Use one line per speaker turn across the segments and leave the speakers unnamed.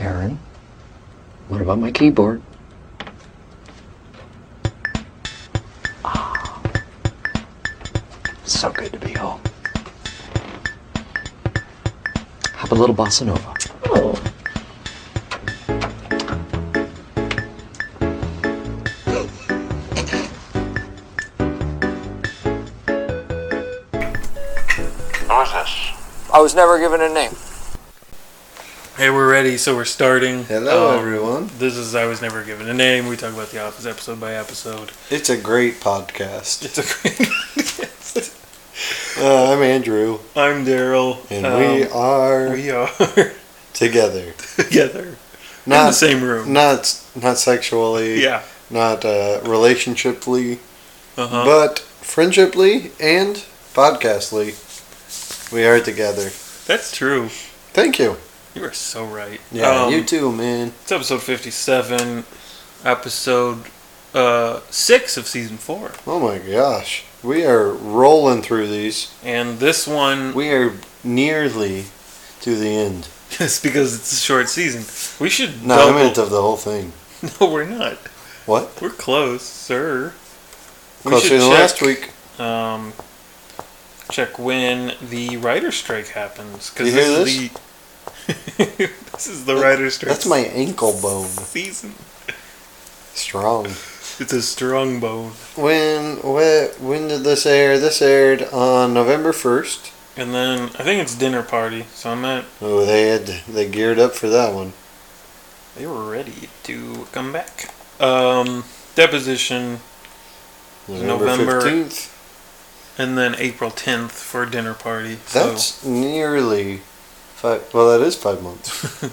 Aaron, what about my keyboard? Ah, so good to be home. Have a little bossa nova.
Oh.
Who is this?
I was never given a name.
Hey, we're ready, so we're starting.
Hello,
Uh,
everyone.
This is I Was Never Given a Name. We talk about The Office episode by episode.
It's a great podcast.
It's a great.
Uh, I'm Andrew,
I'm Daryl.
and
Um,
we are
we are
together.
together in the
Not
same room.
not not sexually,
Yeah.
not uh, relationshiply,
Uh-huh.
but friendshiply and podcastly. We are together.
That's true.
Thank you.
You are so right.
Yeah,
Um,
you too, man.
It's episode 57, episode uh, 6 of season 4.
Oh my gosh, we are rolling through these.
And this one,
We are nearly to the end.
just because it's a short season, we should
No, I
double.
meant of the whole thing.
no, we're not.
What?
We're close, sir. We
Closer
should
than
check.
last week.
um, check when the writer strike happens. Cause
You hear
is The, this is the writer strike.
That's my ankle bone.
season.
Strong.
It's a strong bone.
When when when did this air? This aired on November first.
And then I think it's dinner party, so I'm at.
Oh, they had they geared up for that one.
They were ready to come back. Um, deposition, November.
November fifteenth.
and then April 10th for dinner party. So
That's nearly five. Well, that is five months.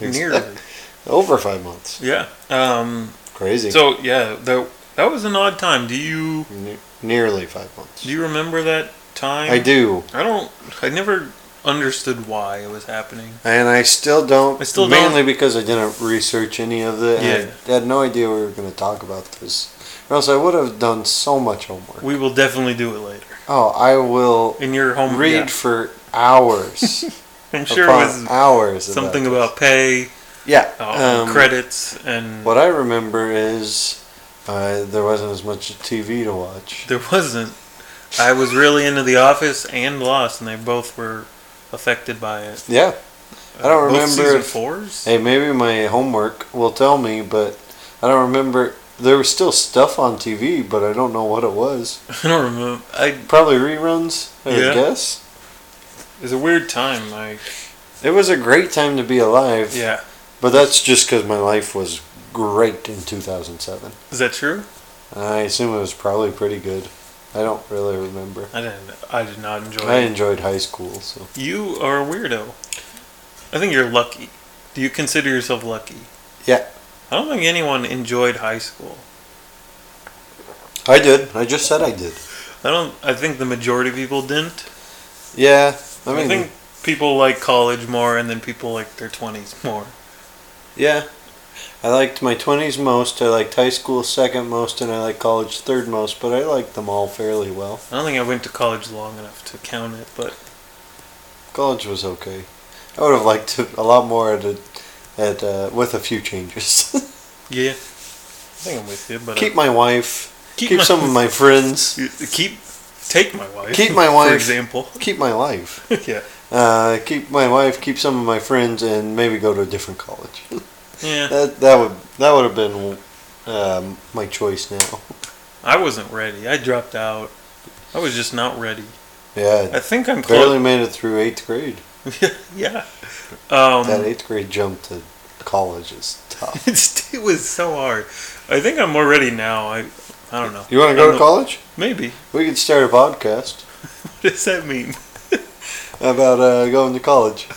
nearly,
Over five months.
yeah. Um,
Crazy.
so yeah, that that was an odd time. Do you
Ne- nearly five months.
do you remember that time?
I do,
I don't. I never understood why it was happening.
and I still don't.
I still
mainly because I didn't research any of the. and I had no idea we were going to talk about this, or else I would have done so much homework.
We will definitely do it later
Oh, I will
in your home.
read
yeah.
for hours.
I'm sure it
upon
was
hours.
something
this.
about pay,
yeah
uh,
um,
credits, and
What I remember is uh, there wasn't as much TV to watch.
there wasn't. I was really into The Office and Lost, and they both were affected by it. Uh,
Yeah, I don't
Both
remember
season
if-
fours.
hey, maybe my homework will tell me, but I don't remember. There was still stuff on TV, but I don't know what it was.
I don't remember. I
Probably reruns, I
Yeah.
would guess.
it was a weird time. Like
It was a great time to be alive,
yeah,
but that's just because my life was great in 2007.
is that true?
I assume it was probably pretty good. I don't really remember.
I didn't. I did not enjoy.
I
it.
enjoyed high school, so
You are a weirdo. I think you're lucky. Do you consider yourself lucky?
Yeah.
I don't think anyone enjoyed high school.
I did. I just said I did.
I don't. I think the majority of people didn't.
Yeah, I
I,
mean,
think people like college more, and then people like their twenties more.
yeah. I liked my 20s most, I liked high school second most, and I liked college third most, but I liked them all fairly well.
I don't think I went to college long enough to count it, but
College was okay. I would have liked it a lot more at, a, at uh, with a few changes.
yeah. I think I'm with you. But
keep my wife,
I,
keep, some of my friends,
keep take my wife.
Keep my
for
wife.
example.
keep my life.
yeah.
Uh, keep my wife, keep some of my friends, and maybe go to a different college.
Yeah.
That that would that would have been um, my choice now.
I wasn't ready. I dropped out. I was just not ready.
Yeah,
I think I'm
I barely
close.
made it through eighth grade.
yeah. Um,
That eighth grade jump to college is tough.
It's, it was so hard. I think I'm more ready now. I I don't know.
You
I
want to go
don't-
to college?
Maybe.
We could start a podcast
What does that mean?
about uh, going to college.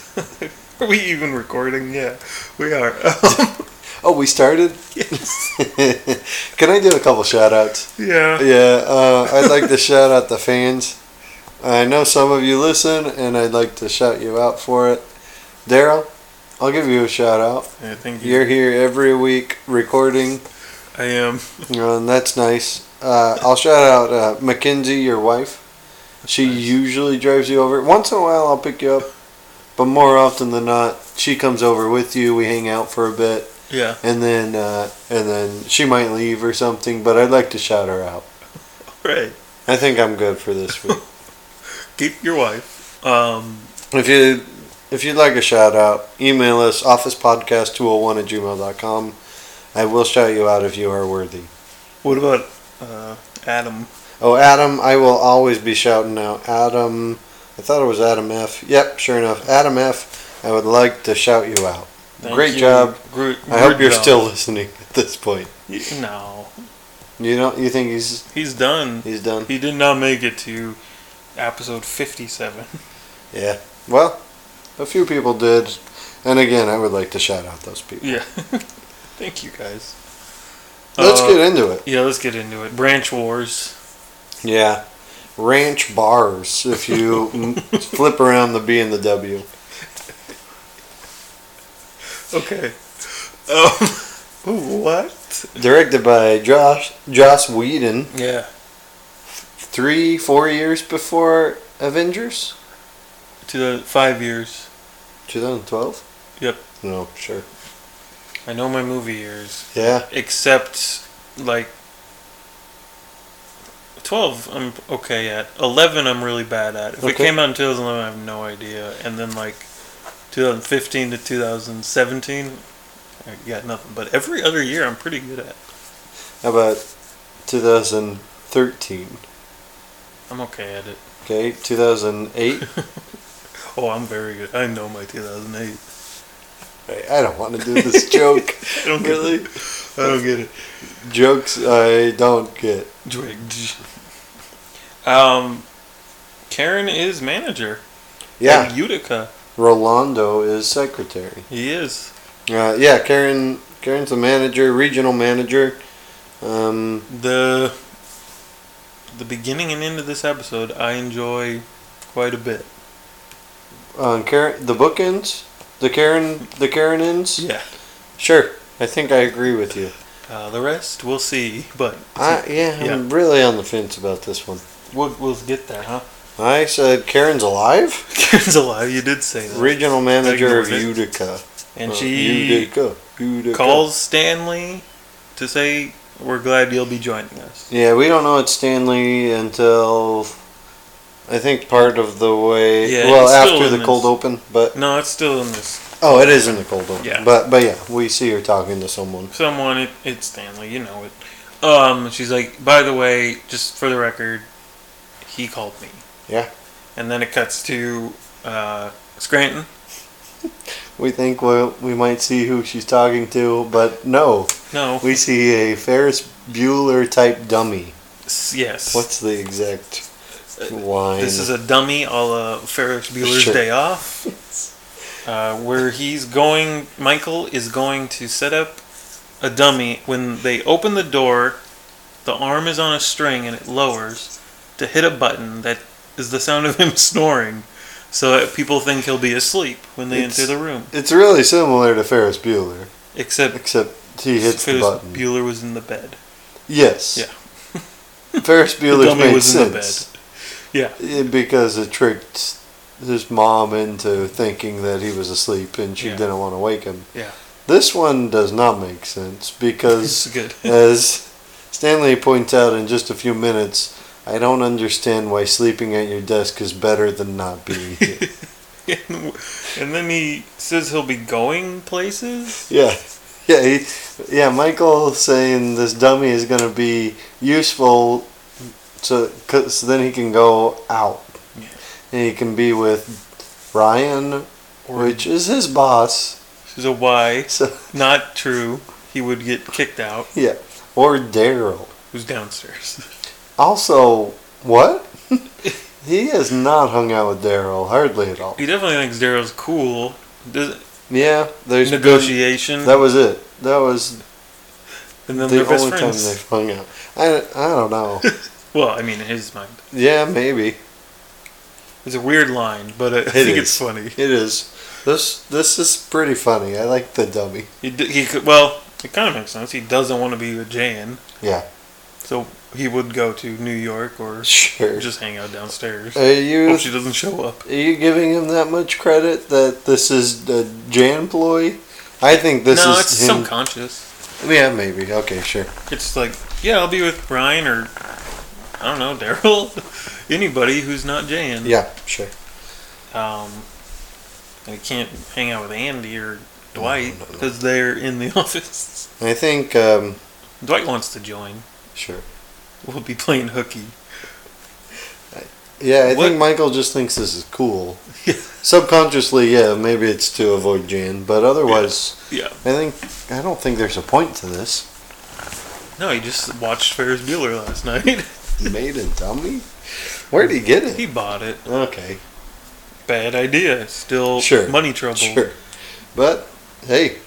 Are we even recording? Yeah, we are. Um,
Oh, we started.
yes.
Can I do a couple shout outs?
Yeah.
Yeah, uh, I'd like to shout out the fans. I know some of you listen, and I'd like to shout you out for it. Daryl, I'll give you a shout out.
yeah. Thank you.
You're here every week recording.
I am.
Um, that's nice. Uh, I'll shout out uh, Mackenzie, your wife. She usually drives you over. Once in a while, I'll pick you up, But more often than not, she comes over with you. We hang out for a bit,
Yeah.
and then uh, and then she might leave or something. But I'd like to shout her out.
Right.
I think I'm good for this week.
Keep your wife. Um,
if you if you'd like a shout out, email us officepodcast201 at gmail.com. I will shout you out if you are worthy.
what about uh, Adam?
Oh, Adam, I will always be shouting out. Adam, I thought it was Adam F. Yep, sure enough. Adam F, I would like to shout you out.
Thank
Great
you.
job.
Gr-
I hope
good
you're
job.
still listening at this point.
Y- No,
You don't you think he's
he's done.
he's done?
He did not make it to episode fifty-seven.
Yeah. Well, a few people did. And again, I would like to shout out those people.
Yeah. Thank you guys.
Let's
Uh,
get into it.
Yeah, let's get into it. Branch Wars.
Yeah. Ranch bars if you m- flip around the B and the W.
Okay. Um, what?
Directed by Josh Joss Whedon.
Yeah.
Three, four years before Avengers?
To the five years.
2012?
Yep.
No, sure.
I know my movie years,
Yeah.
except like twelve. I'm okay at eleven. I'm really bad at. If it
Okay.
came out in 2011, I have no idea. And then like 2015 to 2017, I got nothing. But every other year, I'm pretty good at.
How about 2013?
I'm okay at it.
Okay, 2008?
Oh, I'm very good. I know my 2008.
Hey, I don't want to do this joke.
I don't get
Really?
It. I don't get it.
Jokes I don't get.
Drake. Um, Karen is manager.
Yeah,
At Utica.
Rolando is secretary.
He is.
Uh, yeah, Karen. Karen's the manager, regional manager. Um,
the the beginning and end of this episode I enjoy quite a bit.
on Karen, the bookends, the Karen, the Karen ends.
Yeah.
Sure, I think I agree with you.
Uh, the rest we'll see, but
I, yeah, I'm really on the fence about this one.
we'll, we'll get there, huh?
I said Karen's alive.
Karen's alive. You did say that,
Regional manager of
Ignored it.
Utica.
and
Uh,
she
Utica. Utica.
calls Stanley to say we're glad you'll be joining us.
Yeah, we don't know it's Stanley until I think part of the way.
Yeah,
well,
it's still
after
in
the
this.
cold open, but
No, it's still in this.
oh, it is in the cold open.
Yeah.
But but yeah, we see her talking to someone.
Someone, it, it's Stanley. You know it. Um, she's like, by the way, just for the record, he called me.
Yeah.
And then it cuts to uh, Scranton.
We think well we might see who she's talking to, but no,
No.
we see a Ferris Bueller type dummy.
S- Yes.
What's the exact
Uh,
line?
This is a dummy a la Ferris Bueller's
Sure.
Day Off, uh, where he's going. Michael is going to set up a dummy. When they open the door, the arm is on a string and it lowers to hit a button that is the sound of him snoring, so that people think he'll be asleep when they
It's-
enter the room.
It's really similar to Ferris Bueller,
Except
except he
Ferris
hits the button.
Bueller was in the bed.
yes. Yeah. Ferris
The
Bueller
dummy
makes
was in the
sense.
bed.
Yeah, because it tricked his mom into thinking that he was asleep and she
Yeah.
didn't want to wake him.
Yeah.
This one does not make sense
This
because,
is good.
as Stanley points out in just a few minutes, I don't understand why sleeping at your desk is better than not being here.
and then he says he'll be going places.
yeah. Yeah, he, yeah, Michael saying this dummy is going to be useful so, cause then he can go out.
Yeah.
And he can be with Ryan
Or
which is his boss.
is a why
So
not true. He would get kicked out.
yeah, or Daryl.
Who's downstairs?
Also, what? he has not hung out with Daryl hardly at all.
He definitely thinks Daryl's cool. Does,
Yeah, there's been-
negotiation,
that was it. That was
and
the
then they're best
only time
friends.
they've hung out. I, I don't know.
Well, I mean, in his mind,
yeah, maybe
it's a weird line, but I, I
It
think
is.
it's funny.
it is. This this is pretty funny. I like the dummy.
He, d- he could, well, it kind of makes sense. He doesn't want to be with Jan,
Yeah,
so he would go to New York or
Sure.
just hang out downstairs.
Are you
Hope she doesn't show up.
are you giving him that much credit that this is a Jan ploy? I think this
no,
is
it's
him.
subconscious.
yeah, maybe. Okay, sure.
It's like, yeah, I'll be with Brian or I don't know, Daryl, anybody who's not Jan.
Yeah, sure.
Um, and he can't hang out with Andy or Dwight
no, no.
because they're in the office.
I think um,
Dwight wants to join.
sure.
We'll be playing hooky.
Yeah, I
What-
think Michael just thinks this is cool.
Yeah.
Subconsciously, yeah, maybe it's to avoid Jan, but otherwise,
Yeah.
I think I don't think there's a point to this.
No, he just watched Ferris Bueller last night.
Made and dummy. Where would he get it?
he bought it.
Okay,
Bad idea. Still
Sure,
money trouble.
sure. But hey,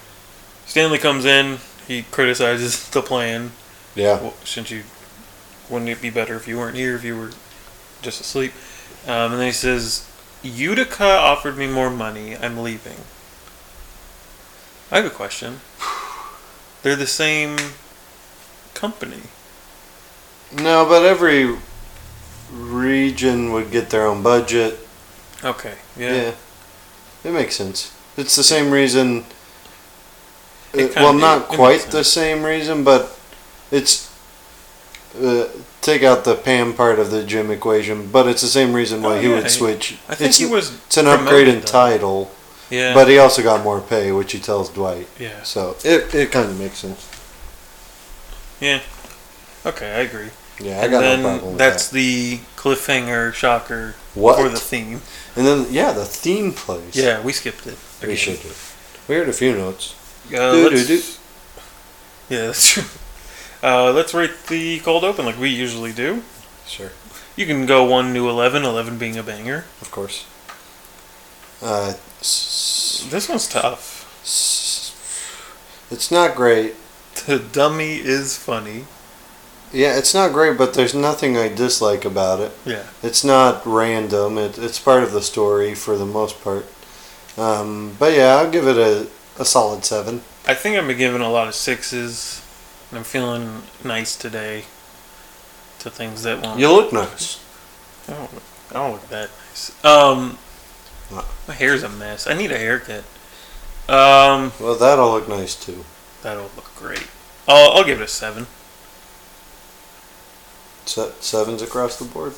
Stanley comes in. He criticizes the plan.
yeah,
Well, shouldn't you? Wouldn't it be better if you weren't here? If you were just asleep? Um, and then he says, "Utica offered me more money. I'm leaving." I have a question. They're the same company.
no, but every region would get their own budget.
Okay.
Yeah,
Yeah.
it makes sense. It's the same reason.
It kinda-
uh, well,
it-
not
it makes
quite the
sense.
same reason, but it's. Uh, take out the Pam part of the Jim equation, but it's the same reason why
Oh,
he
yeah,
would
he-
switch.
I think
it's,
he was.
it's an upgrade in
promoted, though.
title,
Yeah.
but he also got more pay, which he tells Dwight.
yeah.
So it, it kind of makes sense.
Okay, I agree.
Yeah, I
And
got
then
no problem with
that's the cliffhanger shocker
that. What?
for the theme.
and then yeah, the theme plays.
Yeah, we skipped it.
we
again.
should do. We heard a few notes.
Uh,
Do,
let's-
do, do.
Yeah, that's true. Uh, let's rate the cold open like we usually do.
Sure.
You can go 1 to 11, 11 being a banger.
Of course. Uh, s-
This one's tough.
s- it's not great.
The dummy is funny.
Yeah, it's not great, but there's nothing I dislike about it.
Yeah.
It's not random. It, it's part of the story for the most part. Um, but yeah, I'll give it a, a solid seven.
I think I've been given a lot of sixes, and I'm feeling nice today to things that won't.
You look nice.
I, don't, I don't look that nice. Um,
What?
my hair's a mess. I need a haircut. Um,
Well, that'll look nice too.
that'll look great. I'll, I'll give it a 7.
Se- sevens across the board.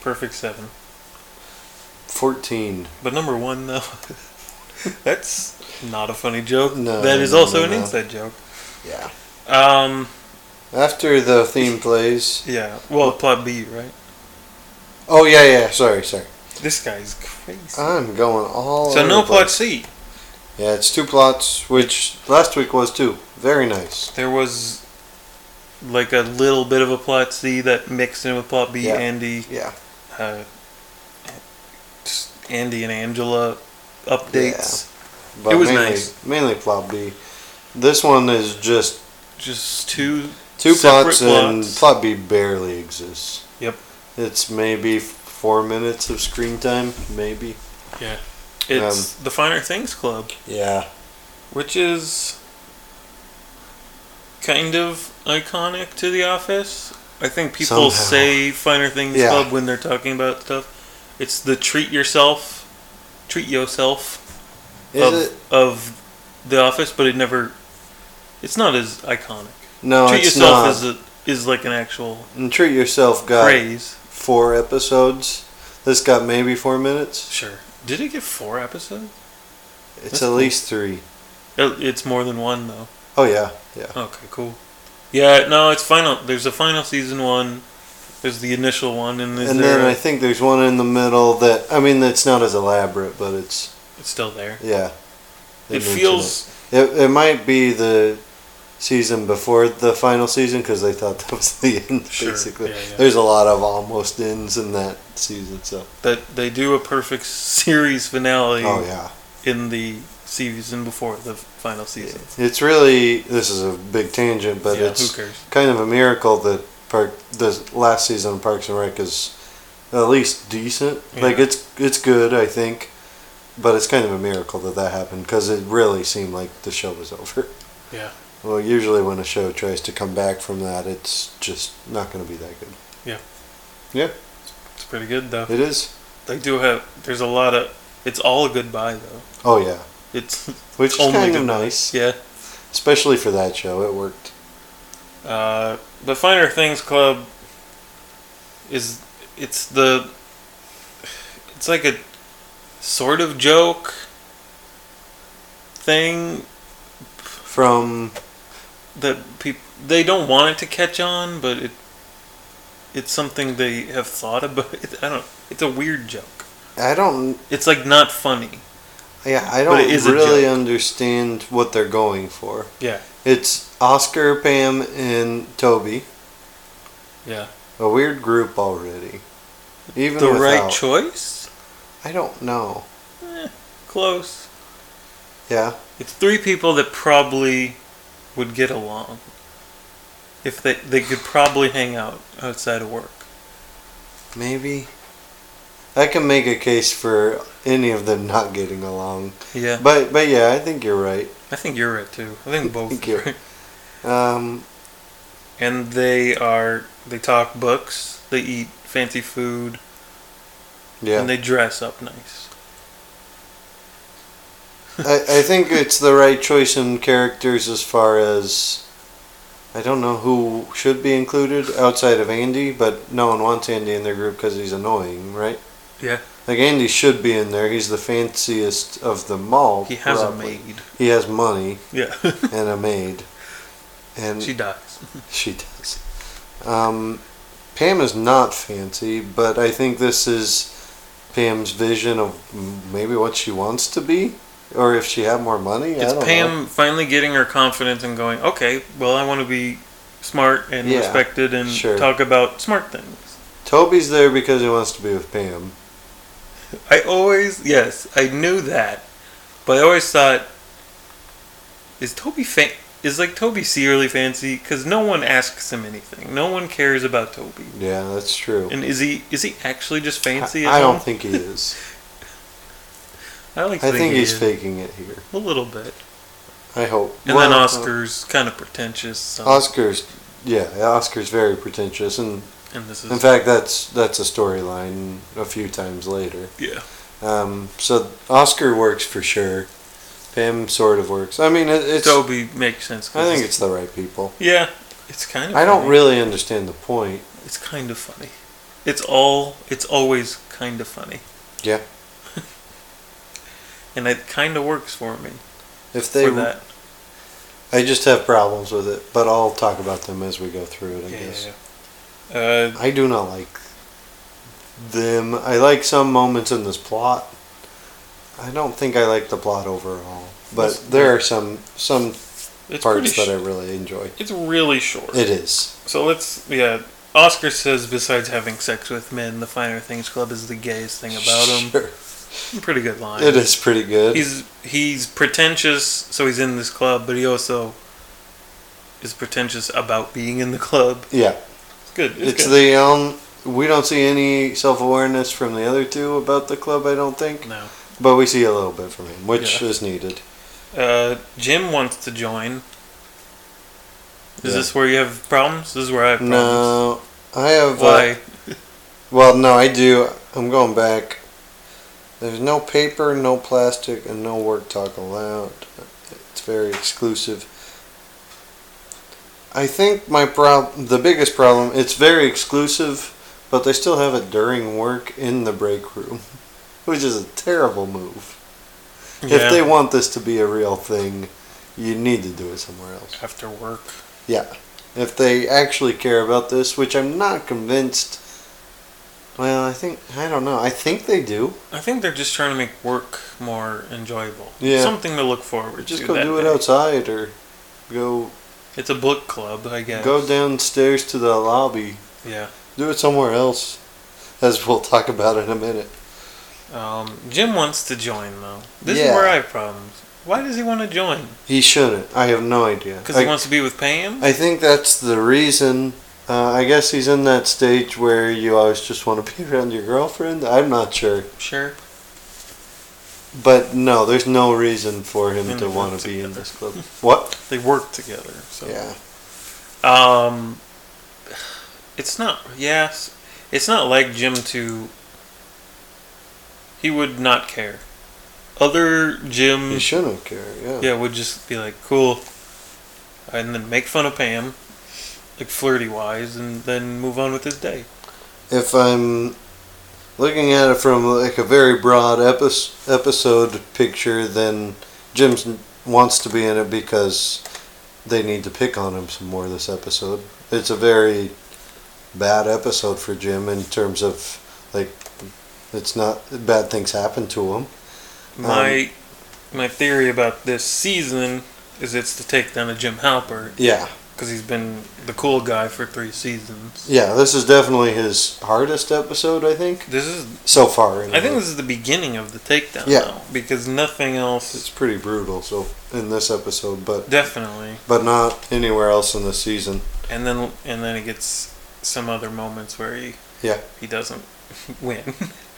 Perfect 7.
Fourteen.
But number one, though, that's not a funny joke.
No,
that is
no,
also
no,
an
no.
inside joke.
Yeah.
Um,
After the theme plays.
yeah. Well, plot B, right?
Oh yeah, yeah. Sorry, sorry.
This guy's crazy.
I'm going all.
so
over
no
the place.
plot C.
Yeah, it's two plots, which last week was two. Very nice.
There was like a little bit of a plot C that mixed in with plot B.
Yeah.
Andy,
Yeah.
uh, just Andy and Angela updates.
But
It was
mainly,
nice.
Mainly plot B. This one is just
Just two.
two
Separate
plots, and
plots.
plot B barely exists.
Yep.
It's maybe f- four minutes of screen time, maybe.
It's
Um,
the Finer Things Club.
Yeah.
which is kind of iconic to The Office. I think people
Somehow.
say Finer Things
Yeah.
Club when they're talking about stuff. It's the treat yourself, treat yourself
Is
of,
it?
of The Office, but it never. It's not as iconic.
No,
treat
it's
yourself
not.
is a, is like an actual
and treat yourself got
phrase.
four episodes. This got maybe four minutes.
Sure. Did it get four episodes?
It's
That's
at
cool.
least three.
It- It's more than one though.
Oh yeah, yeah.
Okay, cool. Yeah, no, it's final. There's a final season one. There's the initial one, and, is
and
there
then
a-
I think there's one in the middle that I mean that's not as elaborate, but it's
it's still there.
yeah. They
It
mention
feels
It, it might be the season before the final season because they thought that was the end.
Sure,
Basically,
yeah, yeah.
there's a lot of almost ends in that season. So,
that they do a perfect series finale
oh yeah,
in the season before the final season.
it's really this is a big tangent, but
yeah,
it's
who cares?
kind of a miracle that Park the last season of Parks and Rec is at least decent. Like
Yeah.
it's it's good, I think, but it's kind of a miracle that that happened because it really seemed like the show was over.
Yeah.
Well, usually when a show tries to come back from that, it's just not going to be that good.
It's pretty good though.
It is.
They do have. There's a lot of. It's all a goodbye though.
Oh yeah,
It's
which is
Only
kind of
good.
nice,
yeah.
especially for that show. It worked.
Uh, the Finer Things Club is it's the it's like a sort of joke thing
From
that people they don't want it to catch on, but it it's something they have thought about. I don't. It's a weird joke.
I don't.
It's like not funny.
Yeah,
But
I don't
it is a
really
joke.
understand what they're going for.
Yeah.
It's Oscar, Pam, and Toby.
Yeah.
A weird group already. Even
the right
without-
choice. Eh,
I don't know.
Close.
Yeah.
It's three people that probably would get along. If they they could probably hang out outside of work.
Maybe. I can make a case for any of them not getting along.
Yeah.
But but yeah, I think you're right.
I think you're right too. I think both
Thank you.
are right.
Um,
And they are they talk books, they eat fancy food,
yeah.
and they dress up nice.
I, I think it's the right choice in characters as far as. I don't know who should be included outside of Andy, but no one wants Andy in their group because he's annoying, right?
Yeah.
Like, Andy should be in there. He's the fanciest of them all.
He has a
probably.
maid.
He has money
Yeah.
and a maid. And
she dies.
She does. Um, Pam is not fancy, but I think this is Pam's vision of m- maybe what she wants to be, or if she had more money. I
it's
don't
Pam finally getting her confidence and going, Okay, well I wanna be smart and
Yeah,
respected and
sure.
talk about smart things.
know. Toby's there because he wants to be with Pam.
I always yes, I knew that, but I always thought, is Toby fa- is like Toby seriously fancy? Because no one asks him anything. No one cares about Toby.
Yeah, that's true.
And is he is he actually just
I,
fancy?
I
at
don't
home?
think he is.
I like.
I think
he
he's
is.
faking it here.
a little bit.
I hope.
And
Well,
then
uh,
Oscar's kind of pretentious. So,
Oscar's, yeah, Oscar's very pretentious, and
and this is
in fact, that's that's a storyline a few times later.
yeah.
Um, so Oscar works for sure. Pam sort of works. I mean, it, it's.
Toby makes sense. 'cause
I think it's the right people.
yeah. It's kind of.
I don't
funny.
really understand the point.
It's kind of funny. It's all. It's always kind of funny.
Yeah.
and it kind of works for me.
If they,
for that.
I just have problems with it, but I'll talk about them as we go through it. I guess
Uh,
I do not like them. I like some moments in this plot. I don't think I like the plot overall, but
It's-
there are some some
it's pretty.
parts
Sh-
that I really enjoy.
it's really short.
It is.
So let's. Yeah. Oscar says besides having sex with men, the Finer Things Club is the gayest thing about him.
Sure.
Pretty good line.
It is pretty good.
He's he's pretentious, so he's in this club, but he also is pretentious about being in the club.
yeah.
It's good. It's,
It's
good.
the um. We don't see any self awareness from the other two about the club. I don't think,
no.
but we see a little bit from him, which
Yeah.
is needed.
Uh, Jim wants to join. Is
Yeah.
this where you have problems? This is where I have problems.
No, I have. uh,
Why?
well, no, I do. I'm going back. There's no paper, no plastic, and no work talk allowed. It's very exclusive. I think my problem, the biggest problem, it's very exclusive, but they still have it during work in the break room, which is a terrible move.
Yeah.
If they want this to be a real thing, you need to do it somewhere else.
after work.
Yeah. If they actually care about this, which I'm not convinced. Well, I think I don't know. I think they do.
I think they're just trying to make work more enjoyable.
Yeah.
Something to look forward
Just
to.
go
that
do it
day.
outside or go
It's a book club, I guess.
go downstairs to the lobby.
Yeah.
Do it somewhere else, as we'll talk about in a minute.
Um, Jim wants to join, though. This is
Yeah.
where I have problems. Why does he want to join?
He shouldn't. I have no idea.
Because
I-
he wants to be with Pam?
I think that's the reason. Uh, I guess he's in that stage where you always just want to be around your girlfriend. I'm not sure.
sure.
But no, there's no reason for him
And
to
they
want
work
to be in
together.
this club. What?
They work together. So
Yeah.
Um, it's not. Yes, it's not like Jim to. He would not care. Other
He
Jim,
shouldn't care. Yeah.
Mm. yeah, would just be like cool, and then make fun of Pam, like flirty wise, and then move on with his day.
If I'm looking at it from like a very broad epi- episode picture, then Jim wants to be in it because they need to pick on him some more this episode. It's a very bad episode for Jim in terms of like it's not bad things happen to him.
My my theory about this season is it's to take down a Jim Halpert
Yeah.
because he's been the cool guy for three seasons.
Yeah, this is definitely his hardest episode, I think,
This is
so far.
I think
anyway.
this is the beginning of the takedown.
Yeah.
though, because nothing else
it's pretty brutal. So in this episode, but
Definitely.
but not anywhere else in the season.
And then and then he gets some other moments where he
Yeah.
he doesn't win.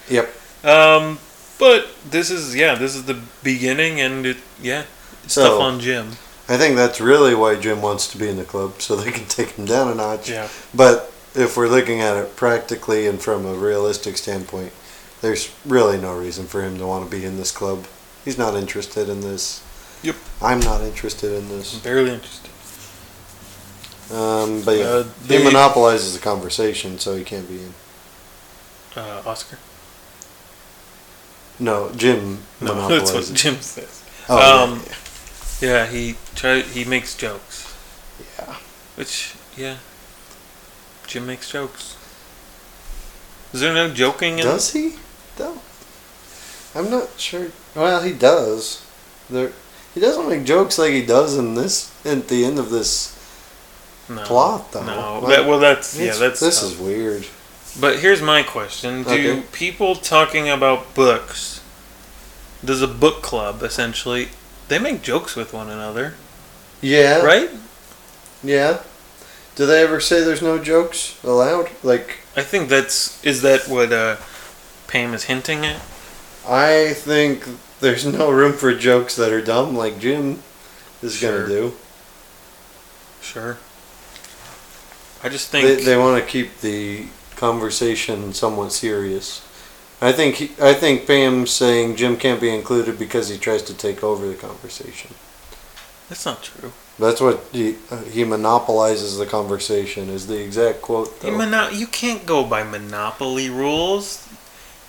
Yep.
Um, but this is yeah this is the beginning and it yeah it's
So-
tough on Jim.
I think that's really why Jim wants to be in the club, so they can take him down a notch.
Yeah.
But if we're looking at it practically and from a realistic standpoint, there's really no reason for him to want to be in this club. He's not interested in this.
Yep.
I'm not interested in this.
Barely interested.
Um, but yeah,
Mm-hmm. Uh, they-
he monopolizes the conversation, so he can't be in.
Uh, Oscar.
No, Jim
No, that's
monopolizes.
what Jim says.
Oh,
um, yeah, he try he makes jokes,
yeah.
which yeah. Jim makes jokes. Is there no joking in
Does he? Though I'm not sure. Well, he does. There, he doesn't make jokes like he does in this. At the end of this
no,
plot, though?
No,
Like,
that, well that's yeah
It's-
that's
this
tough.
is weird.
But here's my question: Do
Okay.
people talking about books? Does a book club essentially? They make jokes with one another,
Yeah.
right?
Yeah. Do they ever say there's no jokes allowed? Like
I think that's is that what uh, Pam is hinting at.
I think there's no room for jokes that are dumb, like Jim is
Sure.
gonna do.
Sure. I just think
They, they want to keep the conversation somewhat serious. I think he, I think Pam's saying Jim can't be included because he tries to take over the conversation.
that's not true.
That's what he, uh, he monopolizes the conversation is the exact quote.
You,
though.
mono- you can't go by monopoly rules.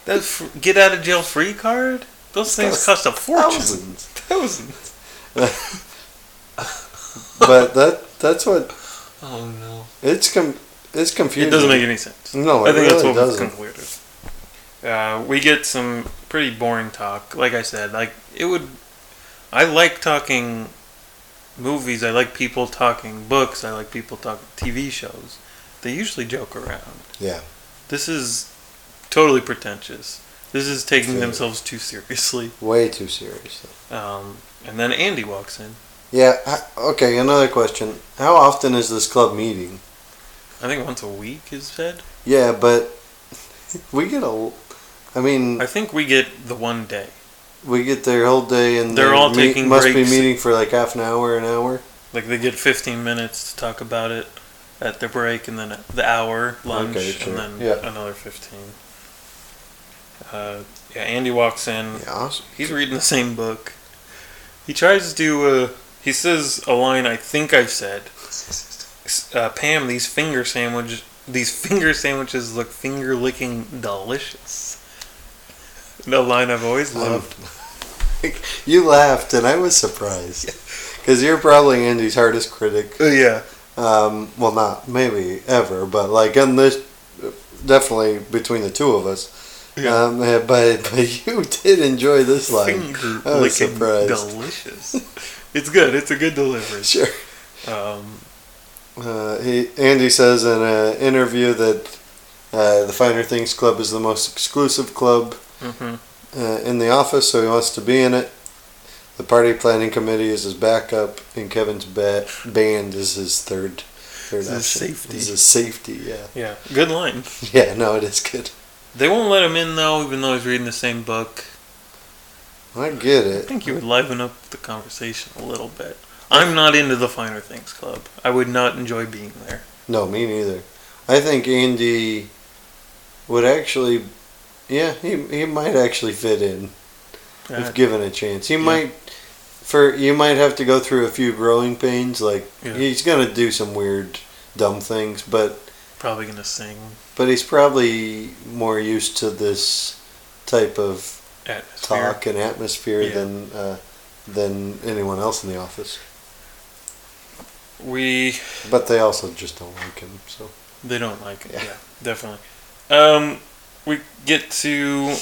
That f- get out of jail free card. Those things cost a fortune.
Thousands.
Thousands.
but that that's what
Oh no.
it's com- it's confusing.
It doesn't make any sense.
No,
I
it
think that's
really
what was
doesn't.
concluded. Uh, we get some pretty boring talk. Like I said, like it would. I like talking movies. I like people talking books. I like people talking TV shows. They usually joke around.
Yeah.
This is totally pretentious. This is taking
Sure.
themselves too seriously.
way too serious.
Um, and then Andy walks in.
Yeah. h- Okay. Another question: How often is this club meeting?
I think once a week is said.
Yeah, but we get a. I mean,
I think we get the one day.
we get there whole day, and
They're
they
all
meet-
taking
must
breaks.
be meeting for like half an hour, an hour.
Like they get 15 minutes to talk about it at their break, and then the hour lunch,
Okay, sure.
and then
Yeah.
another 15. Uh, yeah, Andy walks in.
Yeah.
He's reading the same book. He tries to. Uh, he says a line I think I've said. S- Uh, Pam, these finger sandwich, these finger sandwiches look finger licking delicious. The line I've always
Um,
loved.
you laughed, and I was surprised because you're probably Andy's hardest critic.
Oh yeah,
Um, well, not maybe ever, but like on this, definitely between the two of us.
Yeah.
Um, yeah, but but you did enjoy this line.
finger
I was
licking
Oh, surprised.
delicious. it's good. It's a good delivery.
Sure.
Um,
Uh, he, Andy says in an interview that uh, the Finer Things Club is the most exclusive club
mhm.
uh, in the office, so he wants to be in it. The party planning committee is his backup, and Kevin's ba- band is his third. Third
His
option.
safety.
Is his safety, yeah.
Yeah, good line.
Yeah, no, it is good.
They won't let him in though, even though he's reading the same book.
I get
I
it.
think you would liven up the conversation a little bit. I'm not into the finer things club. I would not enjoy being there.
No, me neither. I think Andy would actually, yeah, he, he might actually fit in
Uh,
if given a chance. He
yeah.
might for you might have to go through a few growing pains. Like
Yeah.
he's gonna do some weird, dumb things, but
probably gonna sing
but he's probably more used to this type of
atmosphere.
talk and atmosphere
Yeah.
than uh, than anyone else in the office.
We
But they also just don't like him. So
They don't like it.
Yeah.
Yeah, definitely. Um, we get to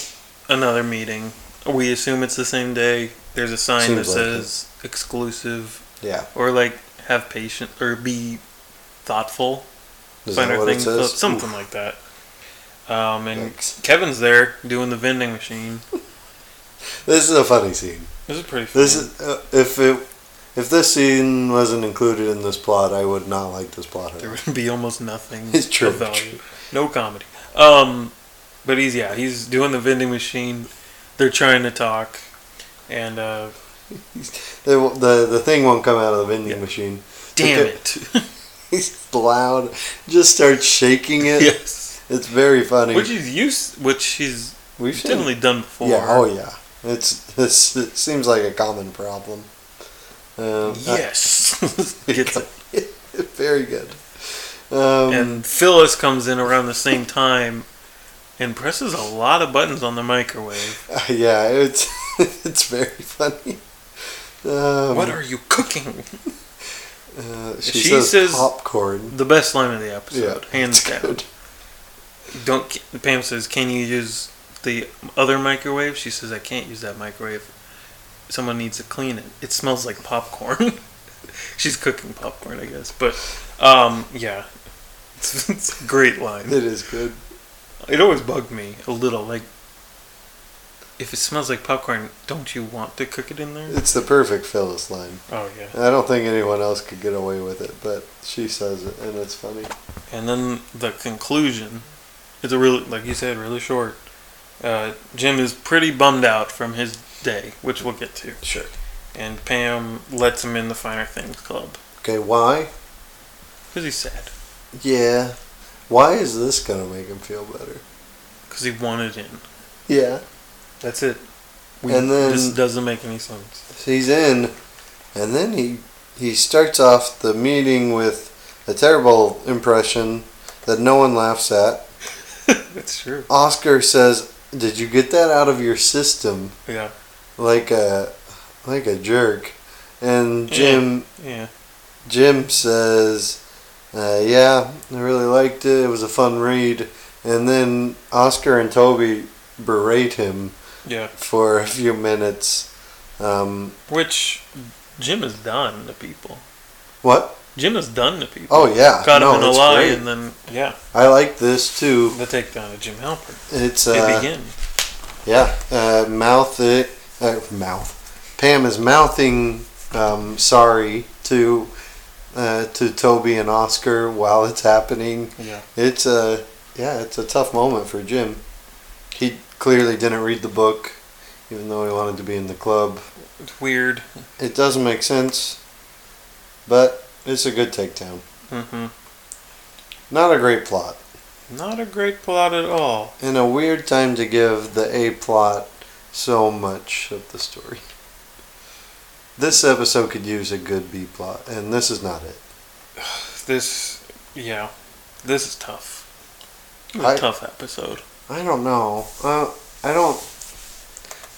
another meeting. We assume it's the same day. There's a sign
Seems
that
like it.
says exclusive
yeah,
or like have patient or be thoughtful.
is
Find
that
our
what it
things, uh,
says?
something like that. Um, and
Yikes.
Kevin's there doing the vending machine.
This is a funny scene.
This is pretty. Funny.
This is uh, if it. If this scene wasn't included in this plot, I would not like this plot. at
there
all.
would be almost nothing
It's true.
of value. No comedy. Um, but he's yeah, he's doing the vending machine. They're trying to talk, and uh,
They wo- the the thing won't come out of the vending
Yeah.
machine.
damn
Okay.
it,
He's loud. Just starts shaking it.
yes,
It's very funny.
which he's used, which he's
We've seen-
definitely done before.
Yeah. Oh yeah. It's this. It seems like a common problem. Um,
yes,
I-
Gets it.
very good. Um,
and Phyllis comes in around the same time. And presses a lot of buttons on the microwave.
uh, yeah, it's it's very funny. Um,
what are you cooking?
uh, she,
she
says,
says-
popcorn.
The best line of the
Yeah,
episode, hands
it's
down.
good.
don't Pam says, "Can you use the other microwave?" She says, "I can't use that microwave. Someone needs to clean it. It smells like popcorn." She's cooking popcorn, I guess. But um, yeah, it's, it's a great line.
It is good.
It always bugged me a little. Like, if it smells like popcorn, don't you want to cook it in there?
It's the perfect Phyllis line.
Oh yeah.
I don't think anyone else could get away with it, but she says it, and it's funny.
And then the conclusion is a really, like you said, really short. Uh, Jim is pretty bummed out from his day, which we'll get to.
Sure.
And Pam lets him in the Finer Things Club
Okay, why?
because he's sad,
Yeah. Why is this gonna make him feel better?
because he wanted in.
Yeah.
That's it. We,
And then-
this doesn't make any sense.
He's in, and then he he starts off the meeting with a terrible impression that no one laughs at.
That's true.
Oscar says, "Did you get that out of your system?"
Yeah,
Like a like a jerk. And Jim
yeah.
Jim says, uh, "Yeah, I really liked it. It was a fun read." And then Oscar and Toby berate him
Yeah.
for a few minutes. Um,
Which Jim has done to people.
what?
Jim has done to people.
Oh yeah,
Caught him in a
it's
lie,
great.
and then yeah,
I like this too.
the takedown of Jim Halpert.
It's
it
uh,
begins.
yeah, uh, mouth it, uh, mouth. Pam is mouthing um, sorry to uh, to Toby and Oscar while it's happening.
Yeah.
It's a yeah, it's a tough moment for Jim. He clearly didn't read the book, even though he wanted to be in the club.
It's weird.
It doesn't make sense, but it's a good takedown.
hmm
Not a great plot.
Not a great plot at all.
And a weird time to give the A plot so much of the story. This episode could use a good B plot, and this is not it.
This, yeah, this is tough. It was
I-
a tough episode.
I don't know. Uh, I don't.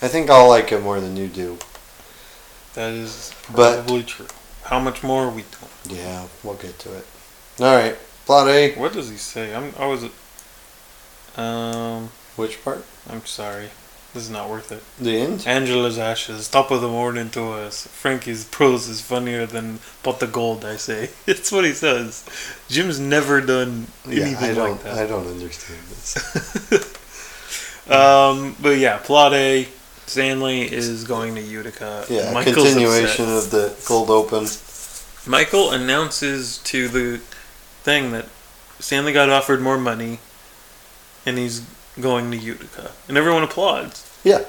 I think I'll like it more than you do.
That is
But-
probably true. How much more are we doing?
Yeah, we'll get to it. All right, plot A.
What does he say? I'm. I was. Um.
Which part?
I'm sorry. This is not worth it.
The end.
Angela's ashes. Top of the morning to us. Frankie's prose is funnier than pot the gold. I say. That's what he says. Jim's never done anything
Yeah, I don't.
like that.
I don't understand this.
Um, but yeah, plot A. Stanley is going to Utica.
Yeah,
Michael's
continuation
upset.
of the cold open.
Michael announces to the thing that Stanley got offered more money, and he's going to Utica, and everyone applauds.
Yeah,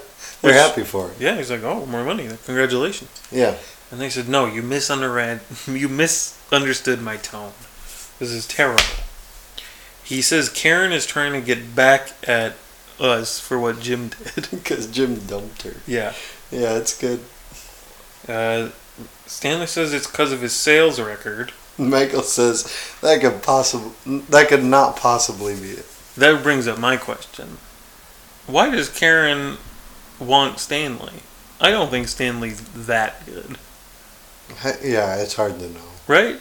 Which-
They're happy for it.
Yeah, he's like, oh, more money. Congratulations.
Yeah.
And they said, no, you misunderstood. You misunderstood my tone. This is terrible. He says Karen is trying to get back at us for what Jim did.
Because Jim dumped her.
yeah.
Yeah, it's good.
Uh, Stanley says it's because of his sales record.
Michael says that could possibly that could not possibly be it.
That brings up my question. Why does Karen want Stanley? I don't think Stanley's that good,
H- Yeah, it's hard to know.
right?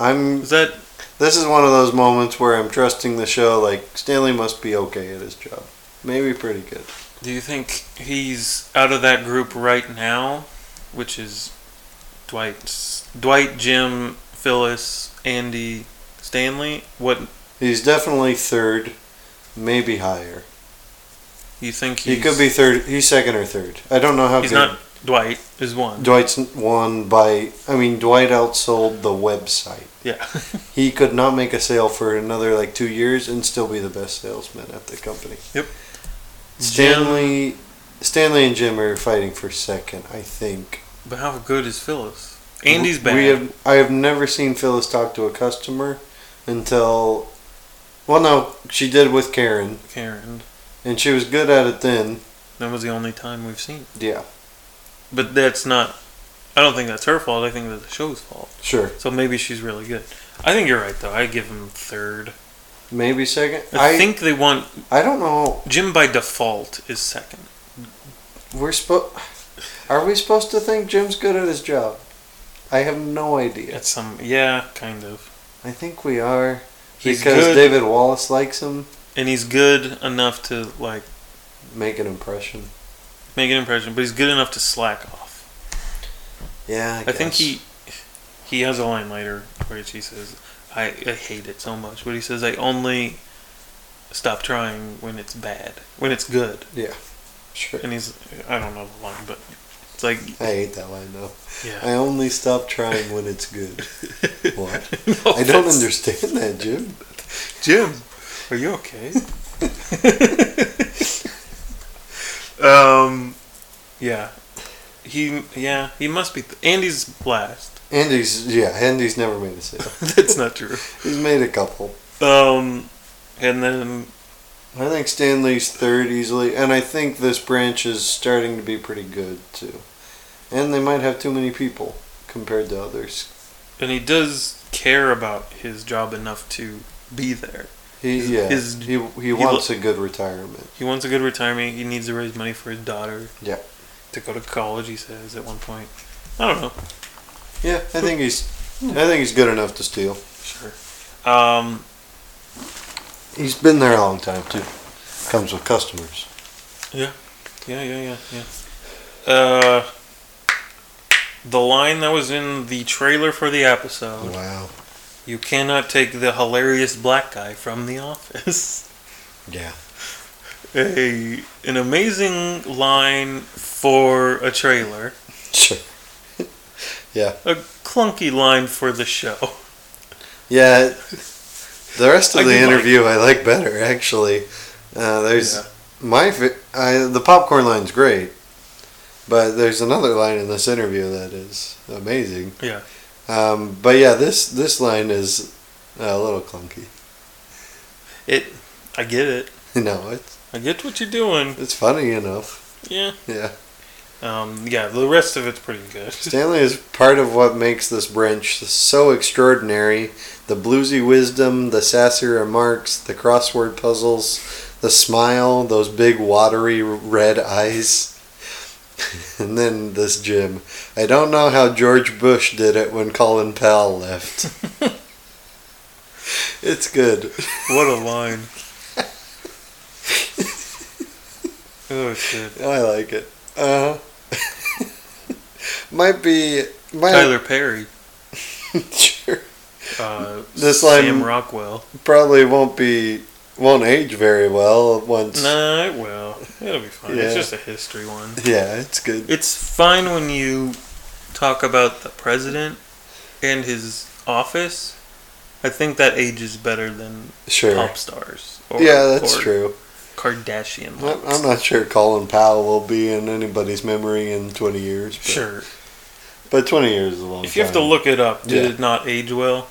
I'm.
Is that
This is one of those moments where I'm trusting the show. Like Stanley must be okay at his job. Maybe pretty good.
Do you think he's out of that group right now, which is Dwight's, Dwight, Jim, Phyllis, Andy, Stanley? What
He's definitely third, maybe higher.
you think he's,
He could be third. He's second or third. I don't know how
He's
good.
not Dwight is one.
Dwight's won by. I mean, Dwight outsold the website.
yeah,
He could not make a sale for another like two years and still be the best salesman at the company.
Yep.
Stanley, Stanley and Jim are fighting for second, I think.
but how good is Phyllis? Andy's
W-
bad.
We have. I have never seen Phyllis talk to a customer until. Well, no, she did with Karen,
Karen.
and she was good at it then.
That was the only time we've seen.
Yeah,
But that's not. I don't think that's her fault. I think that's the show's fault.
sure,
So maybe she's really good. I think you're right though. I give him third.
maybe second.
I
I
think they want
I don't know.
Jim by default is second.
We're supposed. Are we supposed to think Jim's good at his job? I have no idea.
At some, yeah, kind of.
I think we are
He's
because
good,
David Wallace likes him.
and he's good enough to like
Make an impression.
make an impression, but he's good enough to slack off.
Yeah,
I, think
guess.
he he has a line later where he says, "I I hate it so much," but he says, "I only stop trying when it's bad, when it's good."
Sure.
And he's, I don't know the line, but it's like,
I hate that line though. I
yeah,
only stop trying when it's good. What?
No
I don't
offense.
understand that, Jim.
Jim, are you okay? um, yeah, he yeah he must be. Th- Andy's last.
Andy's yeah. Andy's never made a sale.
That's not true.
He's made a couple.
Um, and then
I think Stanley's third easily, and I think this branch is starting to be pretty good too. And they might have too many people compared to others.
and he does care about his job enough to be there.
He yeah.
his-
he he wants a good retirement.
He wants a good retirement. He needs to raise money for his daughter.
Yeah.
To go to college, he says at one point. I don't know.
Yeah, I think he's. I think he's good enough to steal.
Sure. Um,
He's been there a long time too. Comes with customers.
Yeah, yeah, yeah, yeah. Uh, the line that was in the trailer for the episode:
Wow.
"You cannot take the hilarious black guy from the office."
Yeah.
A an amazing line for a trailer.
Sure.
A clunky line for the show.
Yeah. it- The rest of
I
the
do like
interview I like better actually. Uh, there's
Yeah.
my fa- I, the popcorn line's great, but there's another line in this interview that is amazing.
Yeah.
Um, but yeah, this this line is a little clunky.
It. I get it.
no, it's
I get what you're doing.
it's funny enough.
Yeah.
Yeah.
Um. Yeah. The rest of it's pretty good.
Stanley is part of what makes this branch so extraordinary. The bluesy wisdom, the sassy remarks, the crossword puzzles, the smile, those big watery red eyes. and then this Jim. I don't know how George Bush did it when Colin Powell left. it's good.
What a line. oh shit.
I like it. Uh, might be. Might,
Tyler Perry.
sure.
Uh,
This line-
Sam Rockwell.
probably won't be won't age very well once.
Nah, it will. It'll be fine.
Yeah.
It's just a history one.
Yeah, it's good.
It's fine when you talk about the president and his office. I think that ages better than
Sure.
pop stars. Or,
yeah, that's
or
true.
Kardashian
I-
looks.
I'm not sure Colin Powell will be in anybody's memory in 20 years. But,
sure.
But 20 years is a long
If you have to
time.
look it up, did
Yeah.
it not age well?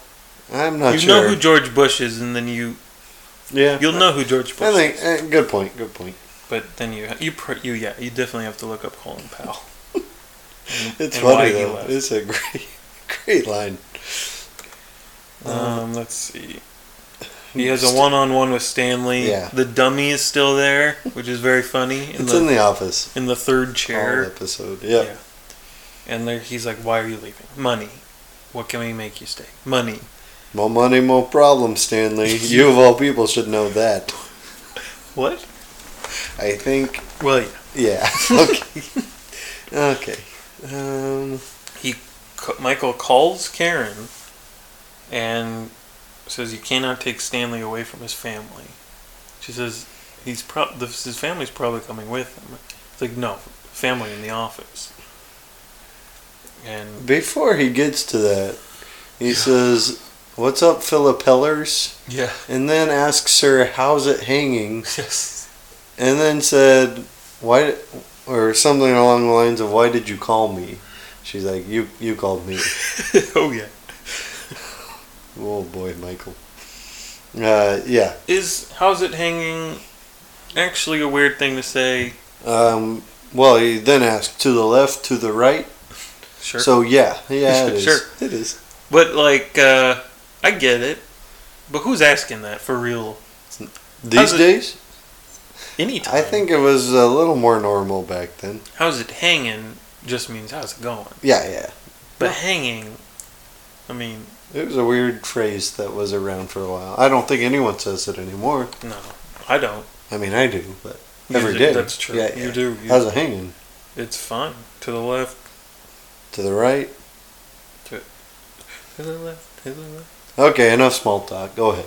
I'm not
you
sure.
know who George Bush is, and then you
yeah.
you'll know who George Bush
I think,
is.
eh, good point, good point.
But then you you pr- you yeah you definitely have to look up Colin Powell.
It's
And why
funny
he
though.
left.
It's a great, great line.
Um, let's see. He has a one-on-one with Stanley.
Yeah.
The dummy is still there, which is very funny. In
It's
the,
in the office.
in the third
All
chair,
episode. Yeah.
Yeah. and there he's like, "Why are you leaving? Money. What can we make you stay? Money.
More money, more problems, Stanley. you of all people should know that.
What?
I think.
Well, yeah.
Yeah. Okay. okay. Um,
C- Michael calls Karen and says, "You cannot take Stanley away from his family." She says, "He's pro- this, his family's probably coming with him." It's like, no, family in the office. And
before he gets to that, he says, "What's up, Philip Pellers?"
yeah,
And then asks her, "How's it hanging?"
yes,
and then said, "Why?" Or something along the lines of, "Why did you call me?" She's like, "You you called me."
oh yeah.
Oh boy, Michael. Uh, yeah.
Is how's it hanging? Actually, a weird thing to say.
Um, well, he then asked to the left, to the right.
Sure,
So yeah, yeah, it is.
Sure.
It is.
but like, uh, I get it. But who's asking that for real?
These
it-
days,
Anytime.
I think it was a little more normal back then.
how's it hanging just means how's it going.
Yeah, yeah.
But
No.
hanging, I mean,
It was a weird phrase that was around for a while. I don't think anyone says it anymore.
no, I don't.
I mean, I do, but
You
every
do-
day.
That's true.
Yeah, yeah.
You do. You-
How's it hanging?
it's fine. To the left,
To the right.
to the left, to the left.
Okay, enough small talk. Go ahead.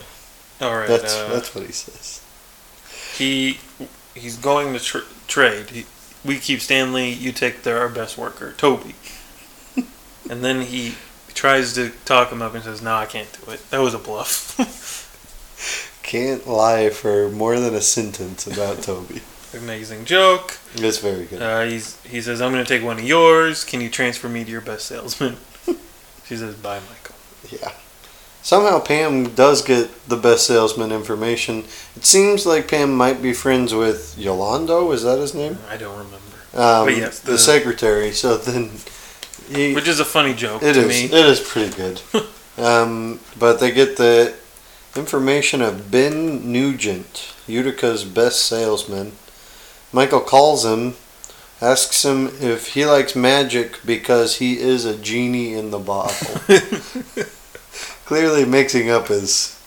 All right.
That's
uh,
that's what he says.
he he's going to tr- trade. He, we keep Stanley. You take their our best worker, Toby. and then he tries to talk him up and says, "No, I can't do it. That was a bluff."
Can't lie for more than a sentence about Toby.
Amazing joke.
It's very good.
Uh, he's, he says, "I'm going to take one of yours. Can you transfer me to your best salesman?" she says, "Bye, Michael."
Yeah. Somehow Pam does get the best salesman information. It seems like Pam might be friends with Yolando. Is that his name?
I don't remember.
Um,
But yes,
the,
the-
secretary. So then, he,
Which is a funny joke
it
to
is
me.
it is pretty good. um, but they get the information of Ben Nugent, Utica's best salesman. Michael calls him, asks him if he likes magic because he is a genie in the bottle. clearly mixing up his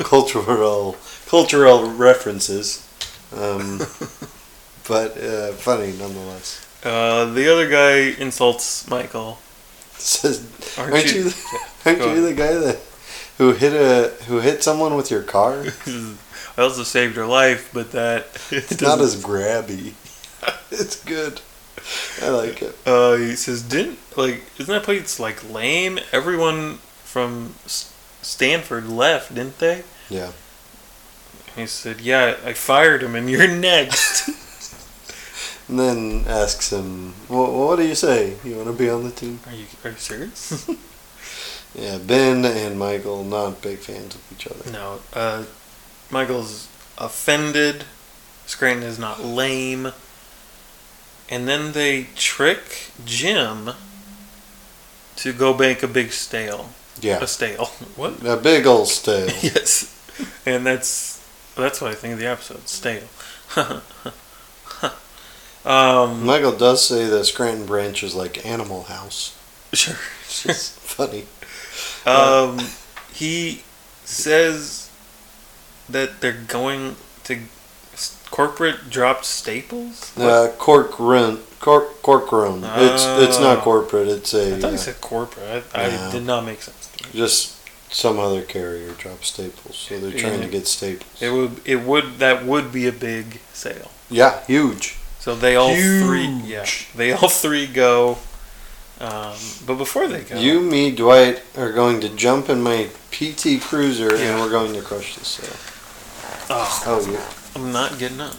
cultural cultural references, um, but uh, funny nonetheless.
Uh, the other guy insults Michael.
Says,
Aren't,
aren't you
you?
the, aren't
go
you the guy that who hit a who hit someone with your car?
I also saved her life, but that
It's not as grabby. It's good. I like it.
Uh, he says, "Didn't like isn't that place like lame? Everyone from S- Stanford left, didn't they?"
Yeah.
He said, "Yeah, I fired him, and you're next."
And then asks him, well, "What do you say? You want to be on the team?"
are you are you serious?
Yeah. Ben and Michael not big fans of each other.
no. Uh, Michael's offended. Scranton is not lame. And then they trick Jim to go bake a big stale.
Yeah.
A stale. What?
A big old stale.
yes, and that's that's what I think of the episode. Stale. um,
Michael does say that Scranton Branch is like Animal House.
sure.
It's just funny.
Um, he says that they're going to s- corporate dropped Staples.
Uh, cork run, cork cork room. It's it's not
Oh.
corporate. It's
I
a
thought he
uh,
said corporate. I, I
No.
did not make sense. To me.
just some other carrier drops staples. So they're trying to get staples.
It would. It would. That would be a big sale.
yeah, huge.
So they all three. Yeah.
Huge.
They all three go. Um, but before they go,
You, me, Dwight are going to jump in my PT Cruiser
Yeah.
and we're going to crush this sale.
Oh.
Oh, yeah.
I'm not getting up.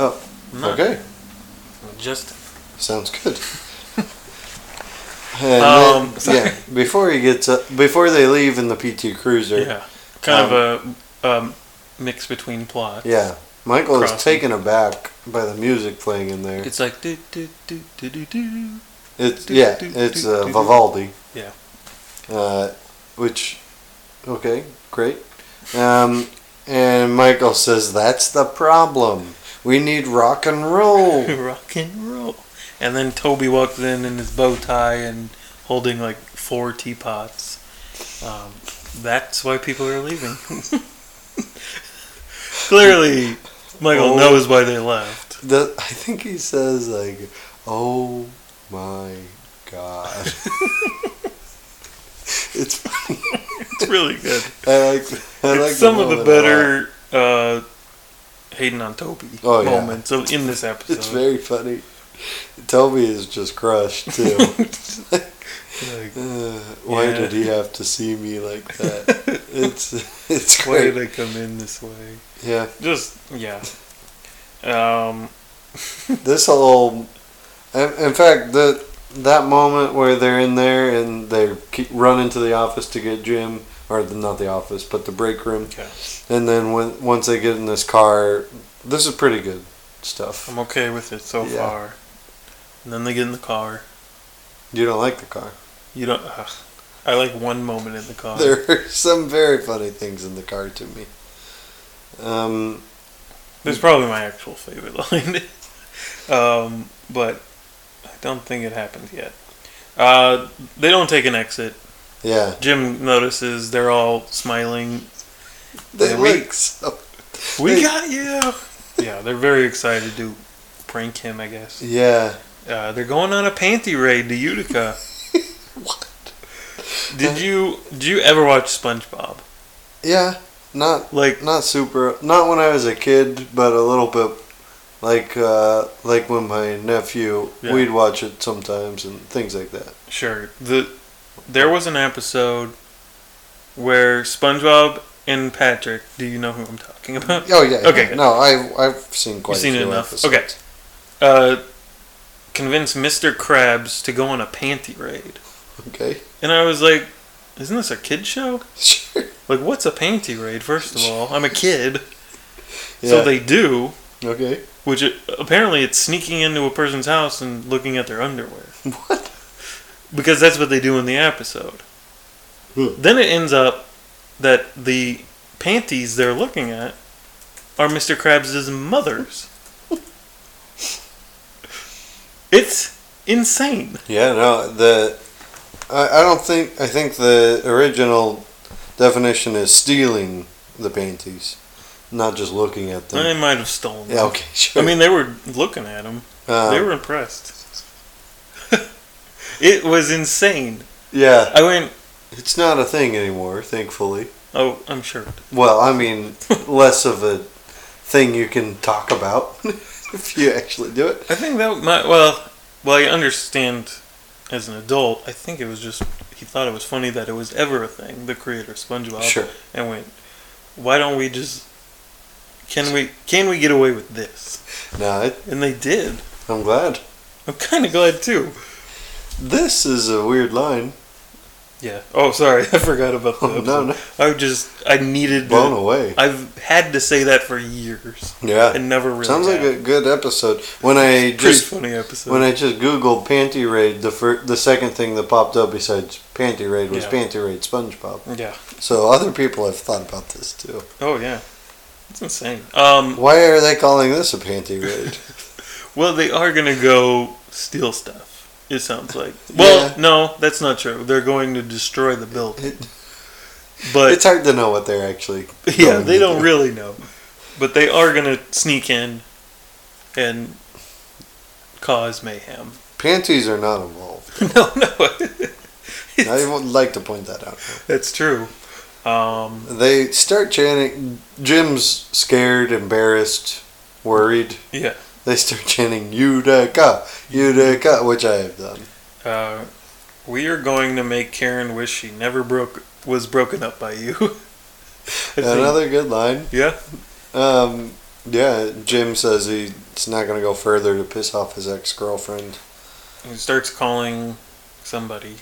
Oh,
I'm not.
okay.
Just
Sounds good. And
Um,
then-
sorry.
yeah, before he gets up, before they leave in the PT Cruiser,
yeah, kind of a um, mix between plots.
yeah, Michael is
Crossing.
taken aback by the music playing in there.
It's like do do do do do do.
It's
Do,
yeah,
do,
it's
do,
uh,
do, do.
Vivaldi.
Yeah.
Uh, which, okay, great. Um, and Michael says that's the problem. We need rock and roll.
rock and roll. And then Toby walks in in his bow tie and holding like four teapots. Um, that's why people are leaving. Clearly, Michael
Oh.
knows why they left.
the, I think he says like, "Oh my god." it's funny.
It's really good.
I like. I
it's
like
some of the
moment a lot.
better uh, Hayden on Toby
Oh, yeah.
moments of, in this episode.
It's very funny. Toby is just crushed too.
Like,
Uh, why
Yeah.
did he have to see me like that? it's it's
why
great.
did I come in this way?
Yeah,
Just yeah. Um,
this whole. In in fact, the that moment where they're in there and they keep run into the office to get Jim, or the, not the office, but the break room,
okay.
and then when once they get in this car, this is pretty good stuff.
I'm okay with it so
Yeah.
far. And then they get in the car.
You don't like the car.
You don't. Ugh. I like one moment in the car.
There are some very funny things in the car to me. Um,
That's probably my actual favorite line. um, but I don't think it happened yet. Uh, they don't take an exit.
Yeah,
Jim notices they're all smiling.
they
Yeah, we-
look so.
We
They-
got you. Yeah, they're very excited to prank him. I guess.
Yeah,
Uh, they're going on a panty raid to Utica.
What?
Did you did you ever watch SpongeBob?
yeah, not
Like
not super. Not when I was a kid, but a little bit. Like uh, like when my nephew,
Yeah.
we'd watch it sometimes and things like that.
Sure. The there was an episode where SpongeBob and Patrick. Do you know who I'm talking about?
Oh yeah.
Okay,
yeah.
good.
No, I I've seen quite.
You've seen
a
it
few
enough.
episodes.
Okay. Uh, convince Mr. Krabs to go on a panty raid,
Okay.
and I was like, "Isn't this a kid show?
Sure.
Like, what's a panty raid? First of all, I'm a kid,
Yeah.
so they do."
okay.
Which it, apparently it's sneaking into a person's house and looking at their underwear.
What?
because that's what they do in the episode.
Hmm.
Then it ends up that the panties they're looking at are Mr. Krabs' mother's. it's insane.
Yeah. No. The I, I don't think I think the original definition is stealing the panties, not just looking at them.
I might have stolen them.
Hmm. yeah. Okay. Sure.
I mean, they were looking at them.
Um,
they were impressed. it was insane.
Yeah,
I went,
it's not a thing anymore, thankfully.
oh, I'm sure.
Well, I mean, less of a thing you can talk about if you actually do it.
I think that might well, well, I understand as an adult. I think it was just he thought it was funny that it was ever a thing. The creator of SpongeBob
Sure.
and went, why don't we just can we can we get away with this?
No, it,
And they did.
I'm glad.
I'm kind of glad too.
This is a weird line.
Yeah. Oh, sorry, I forgot about the.
Oh, no,
episode.
no,
I just I needed.
blown
to,
away.
I've had to say that for years
Yeah,
and never really.
sounds like
have.
a good episode. When I
pretty
just
funny episode.
when I just googled panty raid, the fir- the second thing that popped up besides panty raid was
Yeah.
panty raid SpongeBob.
yeah.
So other people have thought about this too.
Oh yeah. It's insane. Um.
Why are they calling this a panty raid?
Well, they are gonna go steal stuff. It sounds like. Well,
Yeah.
no, that's not true. They're going to destroy the building,
It-
but
it's hard to know what they're actually.
yeah,
going
they
to
don't
do.
really know. But they are gonna sneak in and cause mayhem.
Panties are not involved.
no, no,
I would like to point that out.
that's true. Um,
They start chanting. Jim's scared, embarrassed, worried.
yeah,
They start chanting Utica, Utica, which I have done.
uh, we are going to make Karen wish she never broke was broken up by you. I think-
Another good line.
yeah,
Um, Yeah, Jim says he's not going to go further to piss off his ex girlfriend.
He starts calling somebody,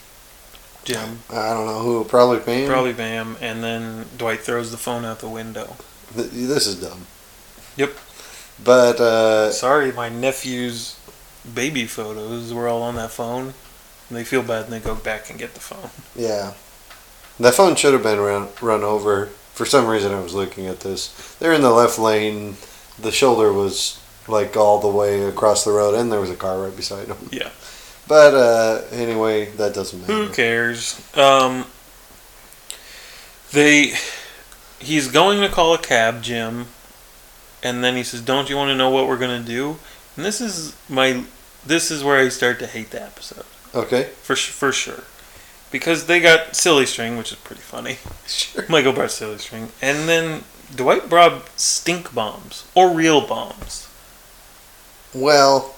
Jim,
I don't know who, probably Pam.
probably Bam, and then Dwight throws the phone out the window.
Th- This is dumb.
Yep.
But uh,
Sorry, my nephew's baby photos were all on that phone. And they feel bad and they go back and get the phone.
yeah, that phone should have been run run over. For some reason, I was looking at this. They're in the left lane. The shoulder was like all the way across the road, and there was a car right beside him.
Yeah.
But uh, anyway, that doesn't matter.
Who cares? Um, they, he's going to call a cab, Jim, and then he says, "Don't you want to know what we're gonna do?" And this is my, this is where I start to hate the episode
Okay.
for su- for sure, because they got silly string, which is pretty funny.
Sure.
Michael brought silly string, and then Dwight brought stink bombs or real bombs.
Well,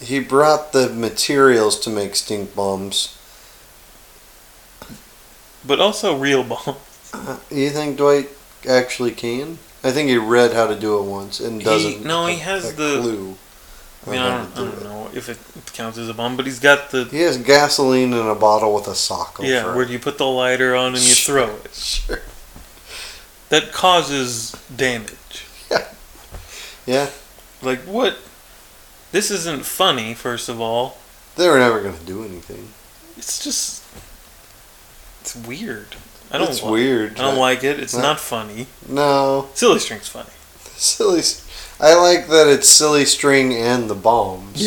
he brought the materials to make stink bombs.
But also real bomb.
Uh, you think Dwight actually can? I think he read how to do it once and
He-
doesn't.
no, he
have
has
a
the-
clue.
I mean,
on
I
how
don't,
to
I
do
don't
it.
know if it counts as a bomb, but he's got the
He has gasoline in a bottle with a sock over
Yeah, where
it.
you put the lighter on and you
Sure.
throw it.
Sure.
That causes damage.
Yeah,
Like what? This isn't funny. First of all,
they were never going to do anything.
it's just it's weird. I don't.
It's
like,
weird.
I don't like it. It's
No.
not funny.
No,
Silly string's funny.
silly. s- I like that it's silly string and the bombs.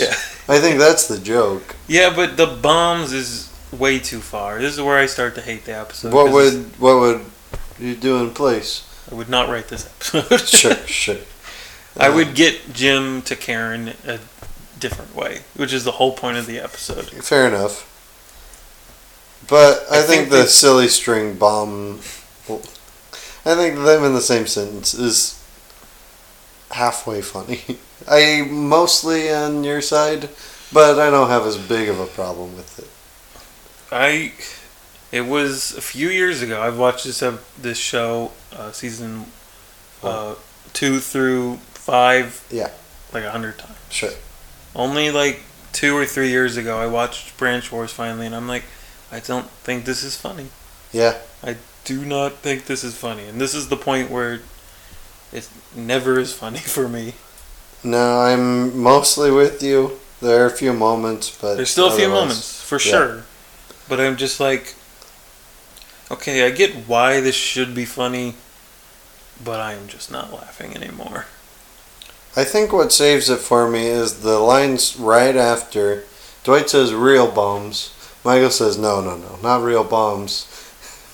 I think that's the joke.
yeah, but the bombs is way too far. This is where I start to hate the episode.
what
'cause
would what would you do in place?
I would not write this episode?
Sure, Uh-huh. sure.
I would get Jim to Karen a different way, which is the whole point of the episode.
Fair enough. But I,
I
think,
think
the
they-
silly string bomb. I think them in the same sentence is halfway funny. I mostly on your side, but I don't have as big of a problem with it.
I it was a few years ago. I've watched this ep- this show uh, season uh, two through five.
Yeah.
like a hundred times.
Sure.
Only like two or three years ago, I watched Branch Wars finally, and I'm like, I don't think this is funny.
Yeah.
I do not think this is funny, and this is the point where it never is funny for me.
No, I'm mostly with you. There are a few moments, but
There's still a few
otherwise-
moments for
yeah.
sure, but I'm just like, okay, I get why this should be funny, but I am just not laughing anymore.
I think what saves it for me is the lines right after. Dwight says real bombs. Michael says no, no, no, not real bombs.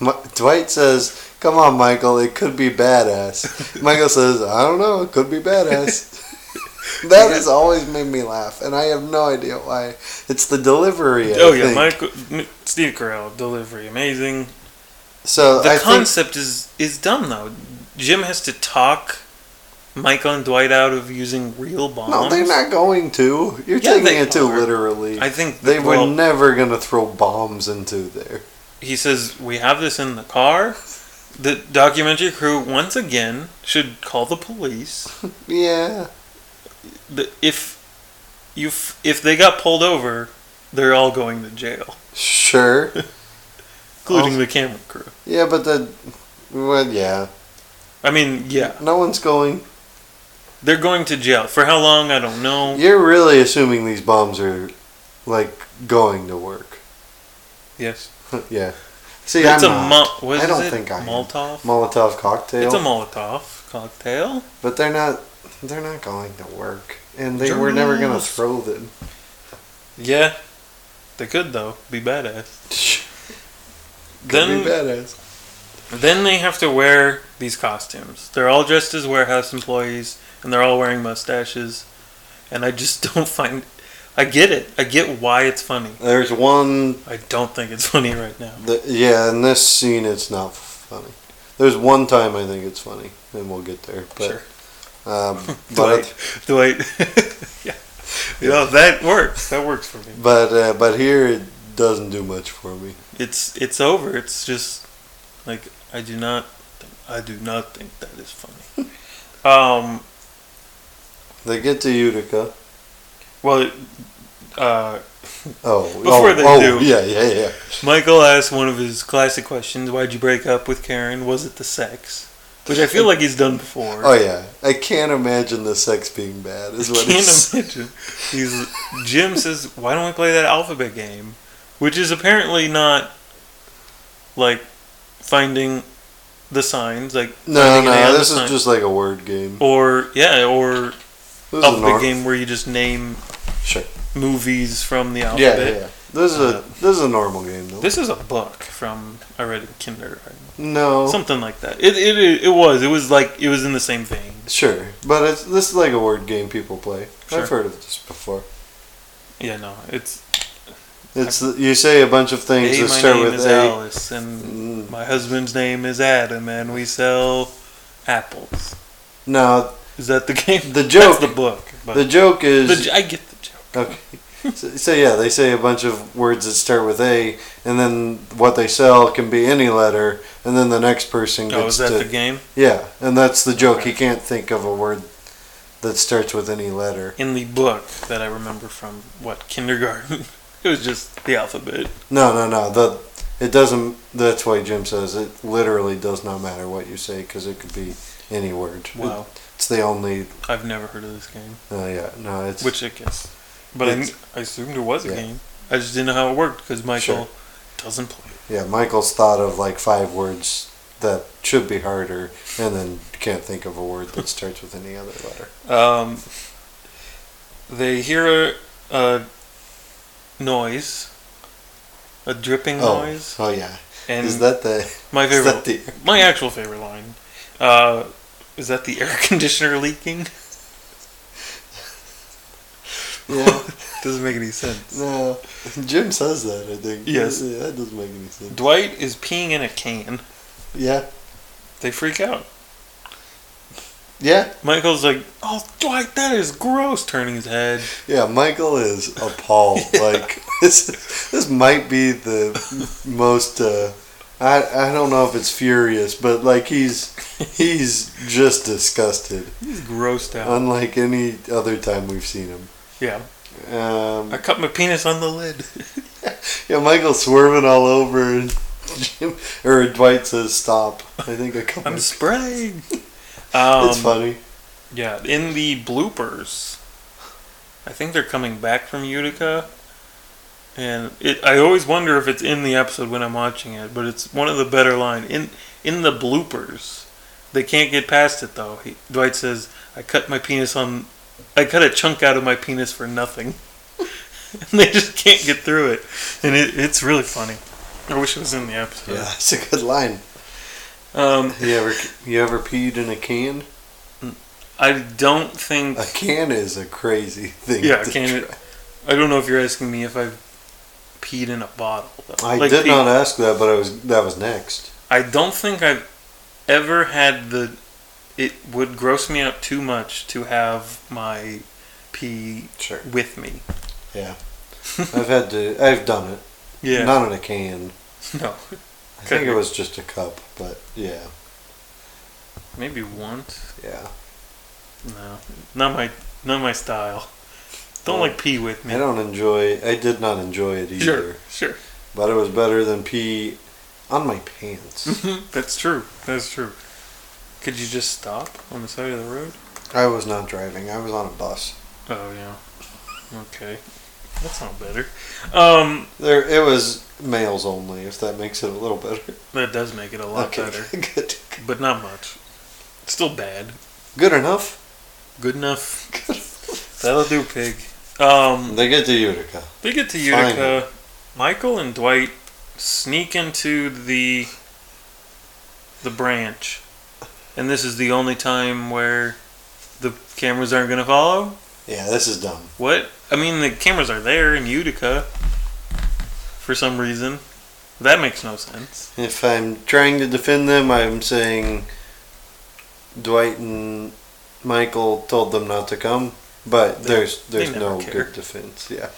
Mi- Dwight says, "Come on, Michael, it could be badass." Michael says, "I don't know, it could be badass." that has always made me laugh, and I have no idea why. It's the delivery. I
oh yeah,
think.
Michael, M- Steve Carell delivery amazing.
So
The
I think
concept is is dumb though. Jim has to talk Michael and Dwight out of using real bombs.
no, they're not going to. You're
Yeah,
taking
they
it too
are.
literally.
I think
they
well,
were never gonna throw bombs into there.
he says we have this in the car. The documentary crew once again should call the police.
Yeah.
the, if you f- if they got pulled over, they're all going to jail,
Sure.
including
Oh.
the camera crew.
Yeah, but the well, yeah,
I mean, yeah,
no one's going.
they're going to jail for how long? I don't know.
You're really assuming these bombs are like going to work.
Yes,
yeah. See,
it's
I'm
a
not.
mo- what
I
is
don't
it?
think I am.
Molotov.
Molotov cocktail.
It's a Molotov cocktail.
but they're not. They're not going to work, and they were never gonna
Journals.
throw them.
Yeah, they could though be badass.
Could
then
be badass.
then they have to wear these costumes. They're all dressed as warehouse employees, and they're all wearing mustaches. And I just don't find. I get it. I get why it's funny.
There's one.
I don't think it's funny right now.
That, yeah, in this scene, it's not funny. There's one time I think it's funny, and we'll get there. But,
Sure.
Um, but
Dwight. Dwight. yeah. You know, that works. That works for me.
but uh, but here it doesn't do much for me.
It's it's over. It's just like I do not I do not think that is funny. Um,
They get to Utica.
well, uh,
Oh,
Before
oh,
they
oh,
do.
Yeah, yeah, yeah.
Michael asked one of his classic questions: "Why'd you break up with Karen? Was it the sex?" Which I feel like he's done before.
Oh yeah. I can't imagine the sex being bad. Is what
Can't
it's.
imagine. He's Jim says, "Why don't we play that alphabet game?" Which is apparently not like finding the signs, like
No,
finding an
no.
and
This
sign.
is just like a word game.
or yeah, or
This is an
alphabet
art-
game where you just name
Sure.
movies from the
Yeah,
alphabet.
yeah, yeah. This is
Uh,
a this is a normal game though.
This is a book from I read in kindergarten,
no,
something like that. It, it it was it was like it was in the same vein.
sure, but it's this is like a word game people play.
Sure.
I've heard of this before.
Yeah, no, it's
It's you say a bunch of things
hey,
that
my
start
name
with
is
A.
Alice, and
Mm,
My husband's name is Adam, and we sell apples.
No,
Is that the game?
The
That's
joke-
the book. But
the joke is
the j- I get the joke.
Okay. So, so yeah, they say a bunch of words that start with A, and then what they sell can be any letter, and then the next person gets
Oh, is that
to
the game?
yeah, and that's the joke.
Okay.
He can't think of a word that starts with any letter.
In the book that I remember from what kindergarten, it was just the alphabet.
No, no, no. The it doesn't. That's why Jim says it literally does not matter what you say because it could be any word.
Wow,
It's the only.
I've never heard of this game,
Uh, yeah, no, it's
which I guess, but I,
It's-
kn- I assumed there was a
Yeah.
game. I just didn't know how it worked because Michael
Sure.
doesn't play. it.
yeah. Michael's thought of like five words that should be harder, and then can't think of a word that starts with any other letter.
Um, they hear a, a noise, a dripping
Oh,
noise,
oh yeah.
and
is that the?
my
Is
favorite
that the?
My actual favorite line uh, is that the air conditioner leaking.
Yeah.
Doesn't make any sense.
no. Jim says that. I think.
Yes.
Yeah, that doesn't make any sense.
Dwight is peeing in a can.
Yeah.
They freak out.
Yeah.
Michael's like, "Oh, Dwight, that is gross." Turning his head.
Yeah. Michael is appalled. Like this. This might be the most. Uh, I I don't know if it's furious, but like he's he's just disgusted,
He's grossed out.
unlike any other time we've seen him.
yeah,
Um,
I cut my penis on the lid.
yeah, Michael's swerving all over, and Jim or Dwight says stop. I think I couple.
I'm spraying. Um,
it's funny.
Yeah, in the bloopers, I think they're coming back from Utica, and it. I always wonder if it's in the episode when I'm watching it, but it's one of the better line in in the bloopers. They can't get past it though. He, Dwight says, "I cut my penis on, I cut a chunk out of my penis for nothing," and they just can't get through it, and it, it's really funny. I wish it was in the episode.
Yeah, it's a good line.
Um,
You ever you ever peed in a can?
I don't think
A can is a crazy thing.
Yeah,
to
can-
try.
I don't know if you're asking me if I've peed in a bottle. Though.
I
Like,
did
the-
not ask that, but I was that was next.
I don't think I've ever had the. It would gross me out too much to have my pee
Sure.
with me.
I've had to. I've done it.
Yeah.
Not in a can.
no.
I think it was just a cup, but yeah,
Maybe once.
yeah.
No. Not my. Not my style. Don't
Well,
like pee with me.
I don't enjoy. I did not enjoy it either.
Sure. Sure.
But it was better than pee on my
Hmm.
pants.
That's true. That's true. Could you just stop on the side of the road?
I was not driving. I was on a bus.
Oh yeah. Okay. That's not better. Um.
There, it was males only. If that makes it a little better.
That does make it a lot better,
good.
but not much. It's still bad.
Good enough.
Good enough. That'll do, pig. Um,
They get to Utica.
they get to
Fine.
Utica. Michael and Dwight sneak into the the branch, and this is the only time where the cameras aren't going to follow.
Yeah, this is dumb.
What? I mean, the cameras are there in Utica for some reason. That makes no sense.
If I'm trying to defend them, I'm saying Dwight and Michael told them not to come, but
They-
there's
they
there's
never
no
care.
good defense. Yeah,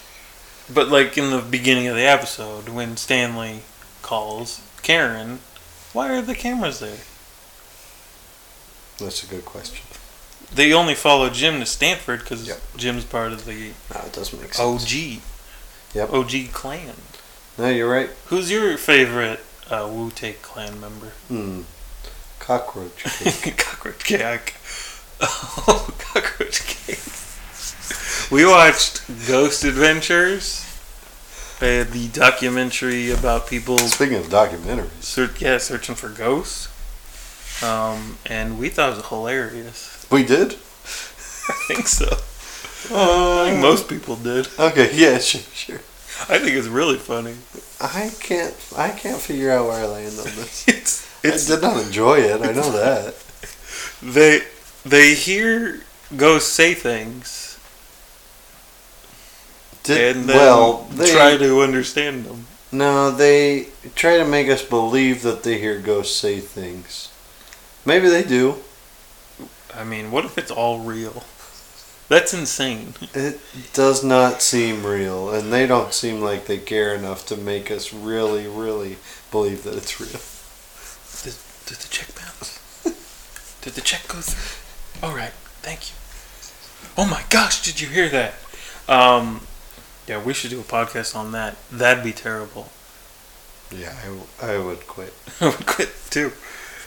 But like in the beginning of the episode, when Stanley calls Karen, why are the cameras there?
that's a good question.
They only follow Jim to Stanford because
Yep.
Jim's part of the
No, it does make sense.
OG.
Yep.
OG clan.
Oh, No, you're right.
Who's your favorite uh, Wu Tang clan member?
Hmm. Cockroach. Kid.
cockroach cake. Oh, cockroach cake. We watched Ghost Adventures, uh, the documentary about people
Speaking of documentaries,
search, yeah, searching for ghosts. Um, and we thought it was hilarious.
we did.
I think so. I
Uh,
think most people did.
Okay. Yeah. Sure. Sure.
I think it's really funny.
I can't. I can't figure out where I land on this.
It's it's
I did not enjoy it. I know that.
they they hear ghosts say things
Did,
and then
well, they
try to understand them.
no. They try to make us believe that they hear ghosts say things. Maybe they do.
I mean, what if it's all real? That's insane.
It does not seem real, and they don't seem like they care enough to make us really, really believe that it's real.
Did the check bounce? Did the check go through? All right, thank you. Oh my gosh, did you hear that? Um, yeah, we should do a podcast on that. That'd be terrible.
Yeah, I, w- I would quit.
I would quit too.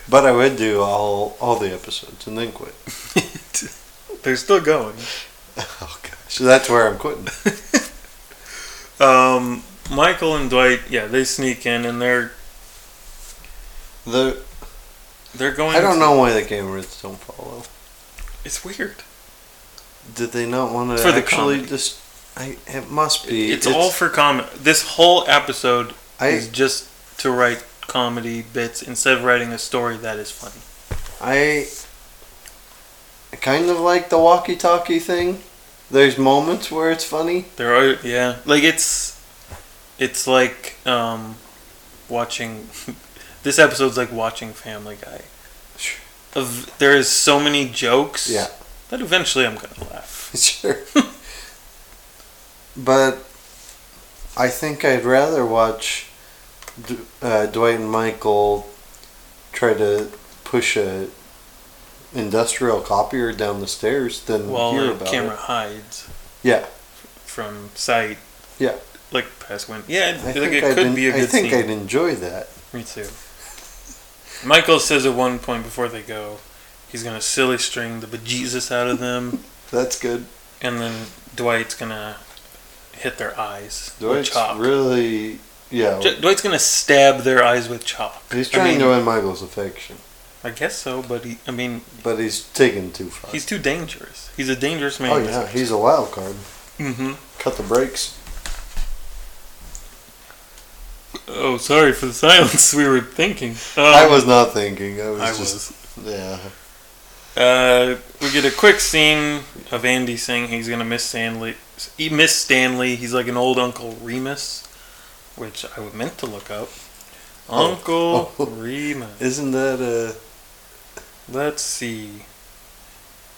But I would do all all the episodes and then quit.
They're still going.
Oh gosh, that's where I'm quitting.
Um, Michael and Dwight, yeah, they sneak in and they're
The
they're going.
I don't
to-
know why the cameras don't follow.
It's weird.
Did they not want to
For the
actually
comedy.
just? I it must be.
It's, all for comment. This whole episode is
I
just to write comedy bits instead of writing a story that is funny.
I kind of like the walkie-talkie thing. There's moments where it's funny.
There are yeah, like it's it's like um watching this episode's like watching Family Guy.
Sure.
Of there is so many jokes.
Yeah.
That eventually I'm gonna laugh.
sure. but I think I'd rather watch D- uh, Dwight and Michael try to push a industrial copier down the stairs than
While
hear
the
about
camera
it.
hides
Yeah,
from sight.
Yeah.
Like past wind. Yeah,
I
like
think
it
I'd
could
en-
be a
I
good
think
scene.
I'd enjoy that.
Me too. Michael says at one point before they go, he's gonna silly string the bejesus out of them,
That's good.
and then Dwight's gonna hit their eyes with
Dwight's
chalk.
really, yeah.
Ju- Dwight's gonna stab their eyes with chalk.
He's
I
trying
mean,
to win Michael's affection,
I guess so, but he, I mean,
but he's taking too far.
he's too dangerous. He's a dangerous man.
oh yeah, he's a wild card.
Mm-hmm.
Cut the brakes.
Oh, sorry for the silence. we were thinking. Um,
I was not thinking. I was
I
just
was.
yeah.
Uh, we get a quick scene of Andy saying he's gonna miss Stanley. He miss Stanley. He's like an old Uncle Remus, which I was meant to look up.
Oh.
Uncle
Oh.
Remus.
Isn't that uh
Let's see.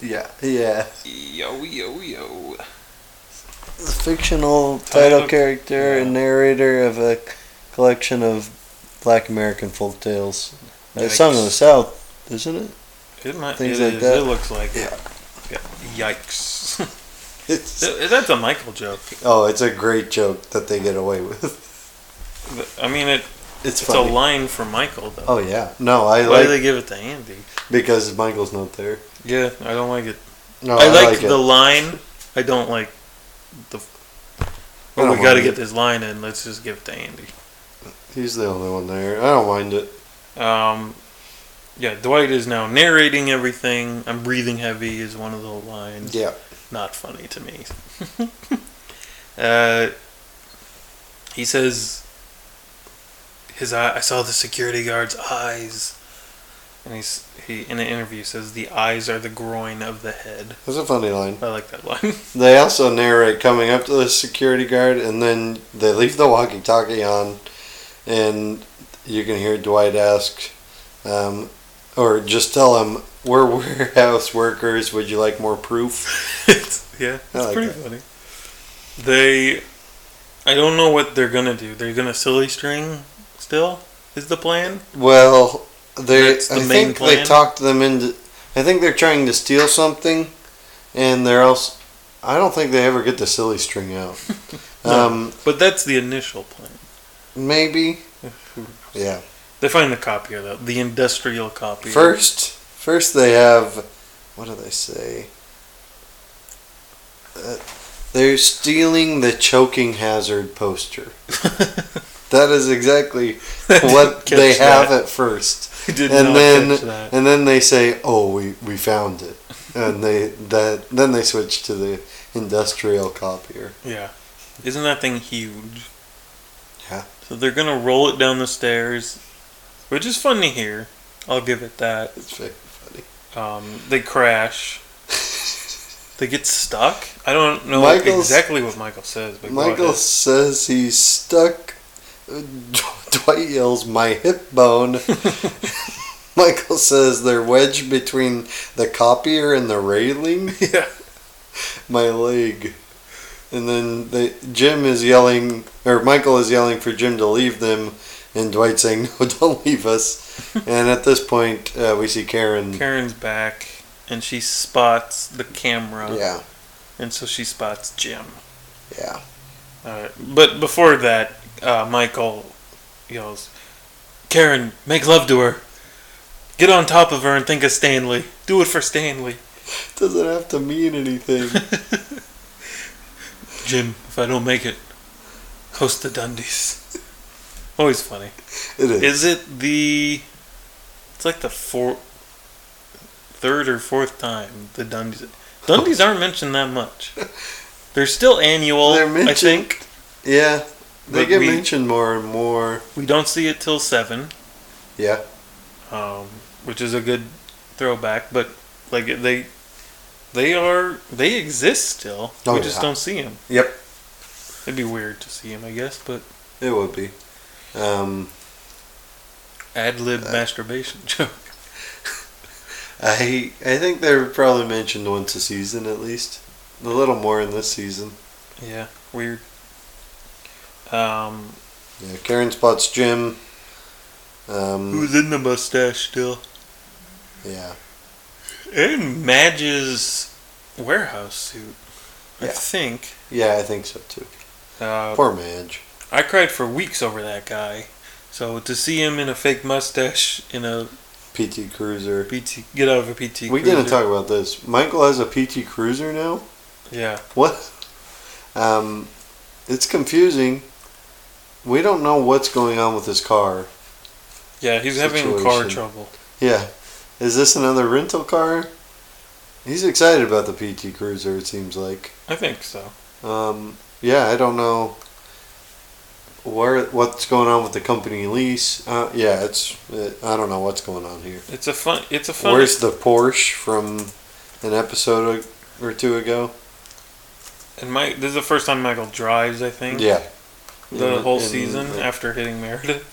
yeah yeah
Yo yo yo.
the fictional title
Title-
character and
yeah.
narrator of a collection of Black American folk tales? It's sung in
Yikes.
the South, isn't it?
It might.
Things
it
like
is.
that.
It looks like
Yeah.
it. Yeah. Yikes.
It's,
Th- That's a Michael joke.
oh, it's a great joke that they get away with.
Th- I mean, it,
It's
it's
funny.
a line from Michael, though.
oh yeah, no, I
Why
like
do they give it to Andy?
because Michael's not there.
Yeah, I don't like it.
No,
I, like,
Oh, it.
the line. I don't like the.
I
Well, we
don't
got to
mind
get
it.
this line in. Let's just give it to Andy.
He's the only one there. I don't mind it.
Um, yeah, Dwight is now narrating everything. I'm breathing heavy is one of the lines.
Yeah,
Not funny to me. uh, he says, "His eye, I saw the security guard's eyes." And he's, he, in an interview, says, The eyes are the groin of the head.
that's a funny line.
I like that line.
They also narrate coming up to the security guard, and then they leave the walkie-talkie on, and you can hear Dwight ask, um, or just tell him, "We're warehouse workers. Would you like more proof?"
it's, yeah, it's
I like
pretty
that.
funny. They, I don't know what they're gonna do. They're gonna silly string. Still, is the plan?
Well, they.
That's the
I
main
think they
plan?
talked them into. I think they're trying to steal something, and they're also. I don't think they ever get the silly string out.
No.
um,
But that's the initial plan.
maybe. Yeah.
They find the copier though, the industrial copier.
First, first they have. What do they say? Uh, they're stealing the choking hazard poster. That is exactly what they have at first.
I did
and
not
then-
catch that.
And then they say, "Oh, we, we found it," and they that then they switch to the industrial copier.
Yeah. Isn't that thing huge?
Yeah.
So they're gonna roll it down the stairs, which is fun to hear. I'll give it that.
It's very funny.
Um, they crash. They get stuck. I don't know
Michael's-
exactly what Michael says, but go
Michael
ahead.
says he's stuck. Dwight yells, "My hip bone." Michael says they're wedged between the copier and the railing.
yeah.
my leg. And then they, Jim is yelling, or Michael is yelling for Jim to leave them, and Dwight saying, "No, don't leave us." and at this point, uh, we see Karen.
Karen's back, and she spots the camera,
Yeah,
and so she spots Jim.
yeah.
Uh, but before that, uh, Michael yells, "Karen, make love to her. Get on top of her and think of Stanley. Do it for Stanley."
Doesn't have to mean anything.
Jim, if I don't make it, host the Dundies. Always funny.
It
Is
is.
it the? It's like the four, third or fourth time the Dundies. Dundies aren't mentioned that much. They're still annual.
They're
I
mentioned.
think
Yeah, they
But
get
we-
mentioned more and more.
we don't see it till seven,
Yeah,
um, which is a good throwback. But like they, they are they exist still.
Oh,
we just
yeah.
don't see them.
Yep.
It'd be weird to see them, I guess. But
it would be. Um,
ad lib
Uh,
masturbation joke.
I I think they're probably mentioned once a season at least. A little more in this season.
Yeah, weird. Um,
Yeah, Karen spots Jim. Um,
who's in the mustache still?
Yeah.
In Madge's warehouse suit, I
Yeah.
think.
Yeah, I think so too.
Uh,
Poor Madge.
I cried for weeks over that guy. So to see him in a fake mustache in a
PT Cruiser.
PT, get out of a PT.
We
cruiser.
didn't talk about this. Michael has a PT Cruiser now?
Yeah,
What? Um, it's confusing. We don't know what's going on with his car.
yeah, he's having car
Situation.
trouble.
Yeah. Is this another rental car? He's excited about the PT Cruiser, it seems like.
I think so.
Um, yeah, I don't know where what's going on with the company lease. Uh, yeah, it's it, I don't know what's going on here.
It's a fun. It's a fun.
Where's the Porsche from an episode a- or two ago?
and Mike, this is the first time Michael drives. I think.
Yeah.
Mm-hmm. The
In-
whole
in
season
the-
after hitting Meredith.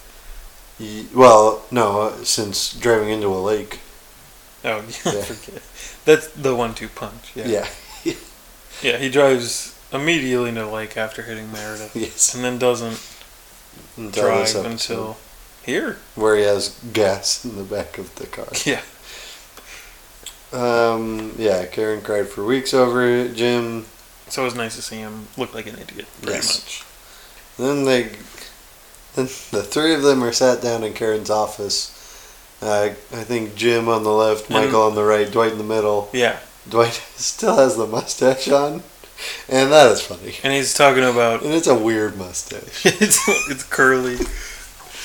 y- well, no, uh, since driving into a lake.
Oh, yeah, I
Yeah.
forget. That's the one-two punch. Yeah.
Yeah.
Yeah, he drives immediately into the lake after hitting Meredith,
Yes.
and then doesn't
Until this
drive
episode,
until here.
where he has gas in the back of the car.
Yeah,
Um, yeah, Karen cried for weeks over it. Jim.
so it was nice to see him look like an idiot, pretty
Yes.
much.
Then they, then the three of them are sat down in Karen's office. Uh, I think Jim on the left,
And-
Michael on the right, Dwight in the middle.
Yeah,
Dwight still has the mustache on, and that is funny.
and he's talking about
And it's a weird mustache.
it's it's curly,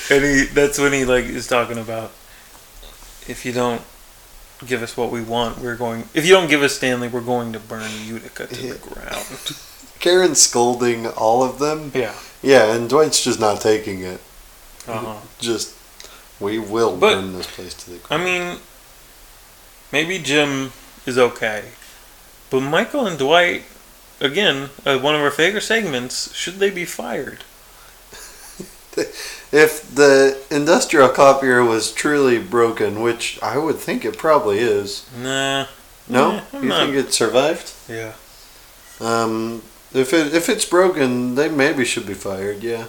and he that's when he like is talking about if you don't give us what we want, we're going. If you don't give us Stanley, we're going to burn Utica to
Yeah.
the ground.
Karen's scolding all of them.
Yeah.
Yeah, and Dwight's just not taking it.
Uh huh.
Just, we will
But-
burn this place to the
I
ground.
mean, maybe Jim is okay, but Michael and Dwight, again, uh, one of our favorite segments. Should they be fired?
If the industrial copier was truly broken, which I would think it probably is.
Nah.
No?
Yeah, I'm
you
not-
think it survived?
Yeah.
Um, if it if it's broken, they maybe should be fired. Yeah,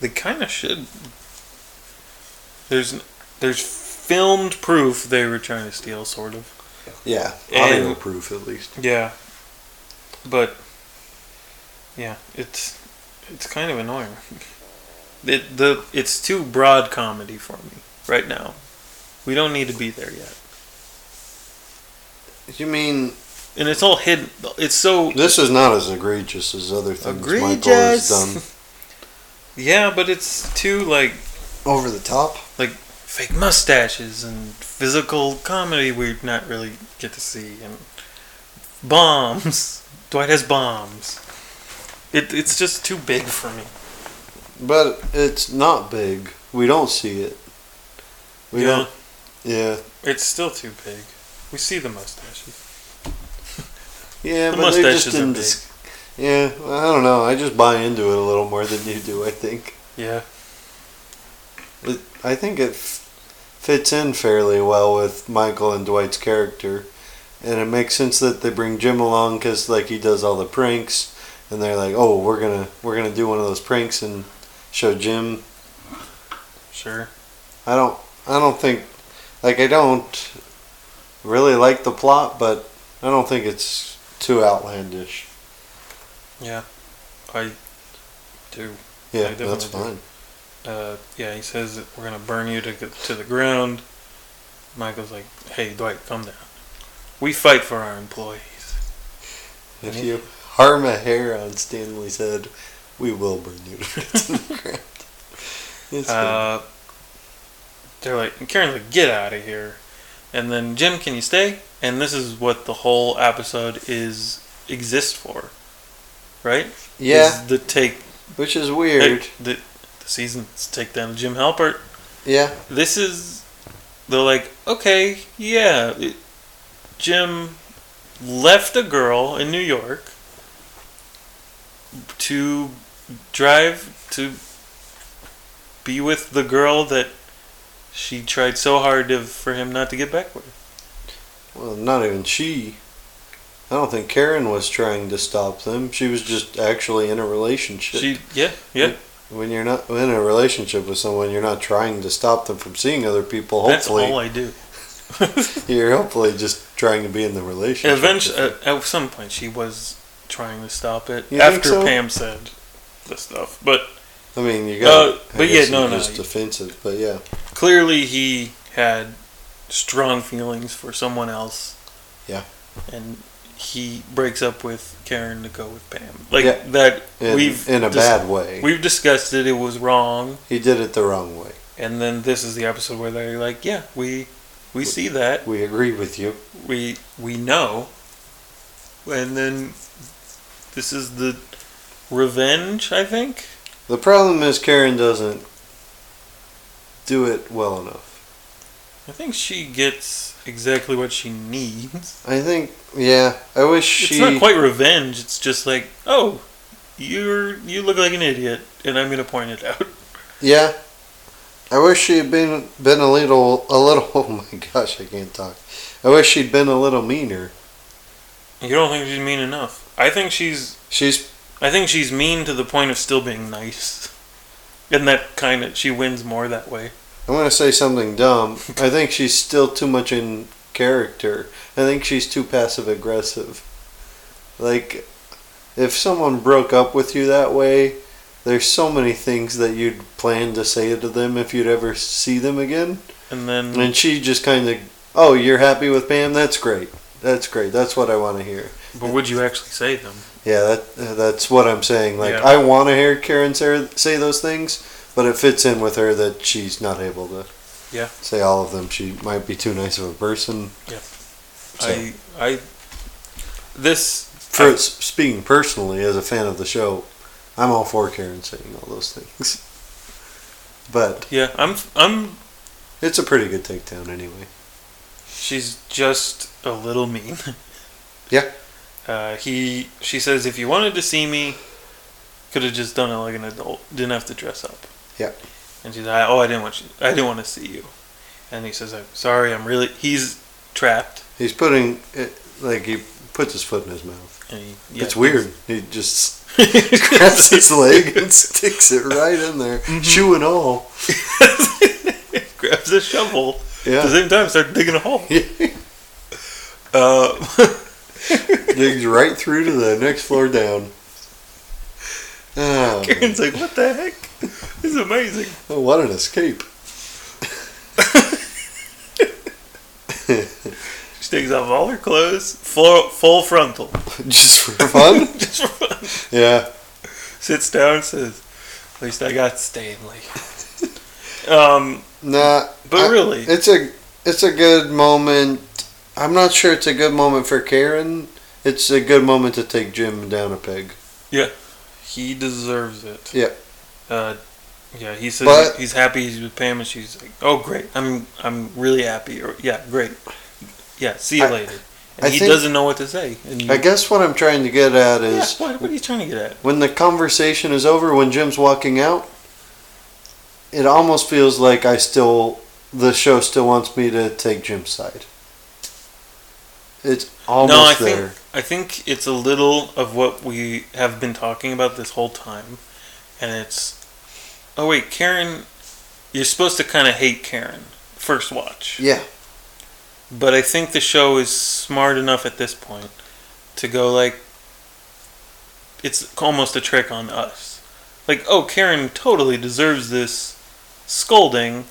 They kind of should. There's there's filmed proof they were trying to steal, sort of.
Yeah,
And-
audio proof at least.
Yeah. But yeah, it's it's kind of annoying. It the it's too broad comedy for me right now. We don't need to be there yet,
You mean
and it's all hidden. It's so
this is not as egregious as other things Michael
Egregious.
has done?
yeah, but it's too like
Over the top.
fake mustaches and physical comedy we not really get to see and bombs. Dwight has bombs. It it's just too big for me.
But it's not big. We don't see it. We
Yeah.
don't. Yeah.
It's still too big. We see the mustaches.
Yeah,
The
but they
mustaches
just
are
didn't.
big.
Dis- yeah, I don't know. I just buy into it a little more than you do. I think.
Yeah.
It, I think it f- fits in fairly well with Michael and Dwight's character, and it makes sense that they bring Jim along because like he does all the pranks, and they're like, oh, we're gonna we're gonna do one of those pranks and show Jim.
Sure.
I don't I don't think like I don't really like the plot, but I don't think it's too outlandish.
Yeah. I do.
Yeah,
I definitely
that's
do.
fine.
Uh, yeah, he says that we're gonna burn you to g- to the ground. Michael's like, "Hey, Dwight, calm down. We fight for our employees."
If
Mhm.
you harm a hair on Stanley's head, we will burn you to the ground. It's fine.
Uh, they're like, and Karen's like, "Get out of here." And then Jim, can you stay? And this is what the whole episode is exists for, right?
yeah.
Is the take
Which is weird.
the the season's take down Jim Halpert.
Yeah.
this is they're like okay yeah it, jim left a girl in new york to drive to be with the girl that she tried so hard to, for him not to get back with
Well, not even she. I don't think Karen was trying to stop them. She was just actually in a relationship.
she yeah yeah
when you're not in a relationship with someone, you're not trying to stop them from seeing other people.
that's
Hopefully,
all i do
you're hopefully just trying to be in the relationship.
eventually uh, at, at some point she was trying to stop it
You think
after
so?
pam said the stuff but
I mean, you got.
Uh, but yeah, no, no,
Just
you-
defensive, but yeah,
clearly he had strong feelings for someone else.
Yeah.
And he breaks up with Karen to go with Pam. Like
Yeah.
that
in,
we've
in a
dis-
bad way.
We've discussed it, it was wrong,
he did it the wrong way.
and then this is the episode where they're like, Yeah, we we see that.
We agree with you.
We we know. And then this is the revenge, I think.
The problem is Karen doesn't do it well enough.
I think she gets exactly what she needs.
I think, yeah. I wish she.
it's not quite revenge. It's just like, oh, you're you look like an idiot, and I'm gonna point it out.
Yeah, I wish she had been been a little a little. Oh my gosh, I can't talk. I wish she'd been a little meaner.
You don't think she's mean enough? I think she's
She's
I think she's mean to the point of still being nice, and that kind of she wins more that way.
I'm gonna say something dumb. I think she's still too much in character. I think she's too passive aggressive. Like, if someone broke up with you that way, there's so many things that you'd plan to say to them if you'd ever see them again.
And then
And she just kind of, oh, you're happy with Pam? That's great. That's great. That's what I want to hear.
but would you actually say them?
Yeah, that uh, that's what I'm saying. Like,
Yeah.
I want to hear Karen Sarah say those things, but it fits in with her that she's not able to
Yeah.
say all of them. She might be too nice of a person.
Yeah.
So,
I I this
for s- speaking personally, as a fan of the show, I'm all for Karen saying all those things. But
yeah I'm I'm
it's a pretty good takedown anyway.
she's just a little mean.
Yeah.
Uh, he she says if you wanted to see me, could have just done it like an adult. Didn't have to dress up.
Yeah.
And she's like, oh, I didn't want you, I didn't want to see you. And he says, I'm sorry, I'm really. He's trapped.
He's putting it like he puts his foot in his mouth.
And he, yeah,
It's weird. He just grabs
grabs
his leg and
Mm-hmm.
sticks it right in there, shoe and all.
grabs a shovel At the
Yeah.
same time, start digging a hole. Uh,
Digs right through to the next floor down. Ah,
Karen's like, what the heck? This is amazing.
oh, what an escape.
She takes off all her clothes, full, full frontal.
Just for fun?
Just for fun.
yeah.
Sits down and says, at least I got Stanley. um,
Nah.
but
I-
really,
It's a it's a good moment. I'm not sure it's a good moment for Karen. It's a good moment to take Jim down a peg.
he deserves it.
Yeah.
Uh, yeah, he says
But-
he's happy he's with Pam, and she's like, "Oh, great! I'm I'm really happy." Or yeah, great. Yeah, see you
I-
later. And
I
he
think-
doesn't know what to say. And
I guess what I'm trying to get at
yeah,
is
what, what are you trying to get at?
when the conversation is over, when Jim's walking out, it almost feels like I still the show still wants me to take Jim's side. It's almost
no, I
there.
think I think it's a little of what we have been talking about this whole time, and it's oh wait, Karen, you're supposed to kind of hate Karen first watch,
yeah.
but I think the show is smart enough at this point to go like it's almost a trick on us, like oh Karen totally deserves this scolding,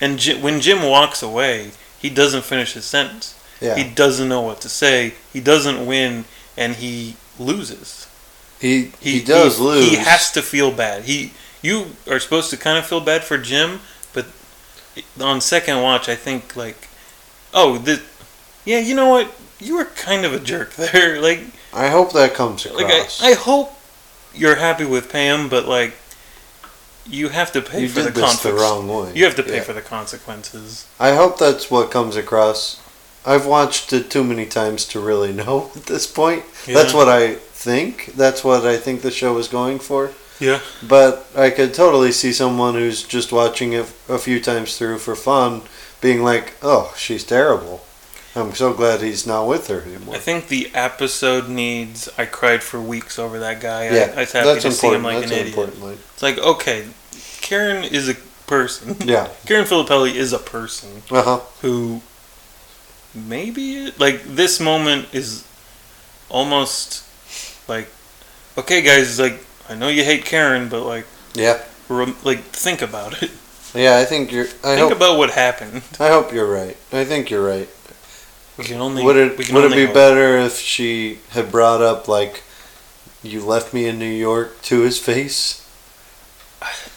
and Ji when Jim walks away, he doesn't finish his sentence.
Yeah.
He doesn't know what to say. He doesn't win, and he loses.
He he, does lose.
He has to feel bad. He you are supposed to kind of feel bad for Jim, but on second watch, I think like, oh, this, yeah, you know what? You were kind of a jerk there. Like,
I hope that comes across.
like I, I hope you're happy with Pam, but like, you have to pay
you
for
did
the
this the
consequences.
wrong way.
You have to pay
Yeah.
for the consequences.
I hope that's what comes across. I've watched it too many times to really know at this point. That's
Yeah.
what I think. That's what I think the show is going for.
Yeah.
But I could totally see someone who's just watching it a few times through for fun being like, oh, she's terrible. I'm so glad he's not with her anymore.
I think the episode needs. I cried for weeks over that guy. I,
Yeah,
I was happy to see him like
that's
an
an
idiot.
important line.
It's like okay, Karen is a person.
Yeah.
Karen Filippelli is a person
Uh huh.
who maybe like this moment is almost like okay, guys. Like I know you hate Karen, but like
Yeah.
rem- like think about it.
Yeah, I think you're. I
think
hope.
about what happened.
I hope you're right. I think you're right.
We can only
would it
we can
would it
only
be
hope.
better if she had brought up like you left me in New York to his face?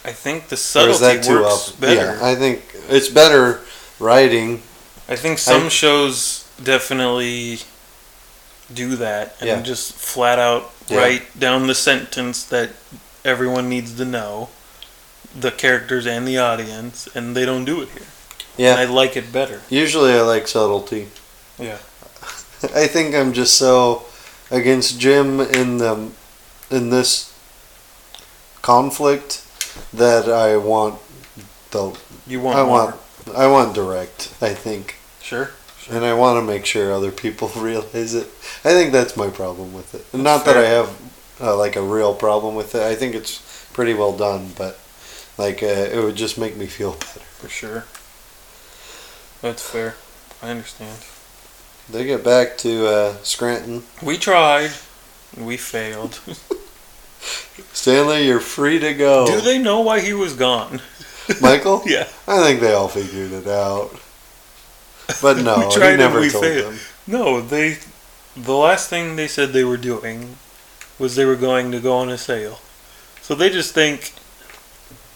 I think the
Or
subtlety
is that too
works
up?
better.
Yeah, I think it's better writing.
I think some
I-
shows definitely do that and
Yeah.
just flat out
Yeah.
write down the sentence that everyone needs to know, the characters and the audience, and they don't do it here.
Yeah.
And I like it better.
Usually I like subtlety.
Yeah.
I think I'm just so against Jim in the in this conflict that I want the
You want
I
more.
want I want direct, I think.
Sure.
And I want to make sure other people realize it. I think that's my problem with it. Not that
fair.
I have uh, like a real problem with it. I think it's pretty well done, but like uh, it would just make me feel better.
For sure. That's fair. I understand.
They get back to uh, Scranton.
We tried. We failed.
Stanley, you're free to go.
Do they know why he was gone?
Michael?
Yeah.
I think they all figured it out. But no,
We tried
he
and
never
we
told
failed.
them.
No, they. The last thing they said they were doing was they were going to go on a sale. So they just think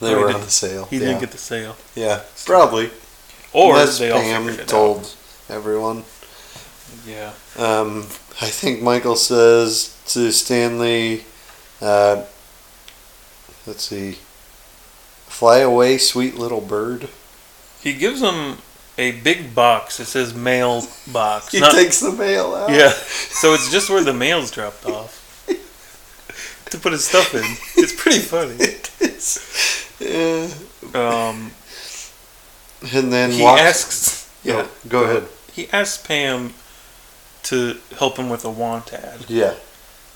They
No, he
were on
didn't.
the sale.
he
yeah.
didn't get the sale,
yeah, probably.
or
Unless
they all
Pam
figured it
told
out.
everyone.
Yeah,
Um, I think Michael says to Stanley, uh, let's see, fly away, sweet little bird.
he gives them a big box. It says mail box.
He
not-
takes the mail out.
yeah, so it's just where the mail's dropped off to put his stuff in. It's pretty funny.
It is. Yeah.
Um,
And then
he
walks.
asks. oh,
No,
Yeah,
go ahead.
he asks Pam to help him with a want ad.
Yeah.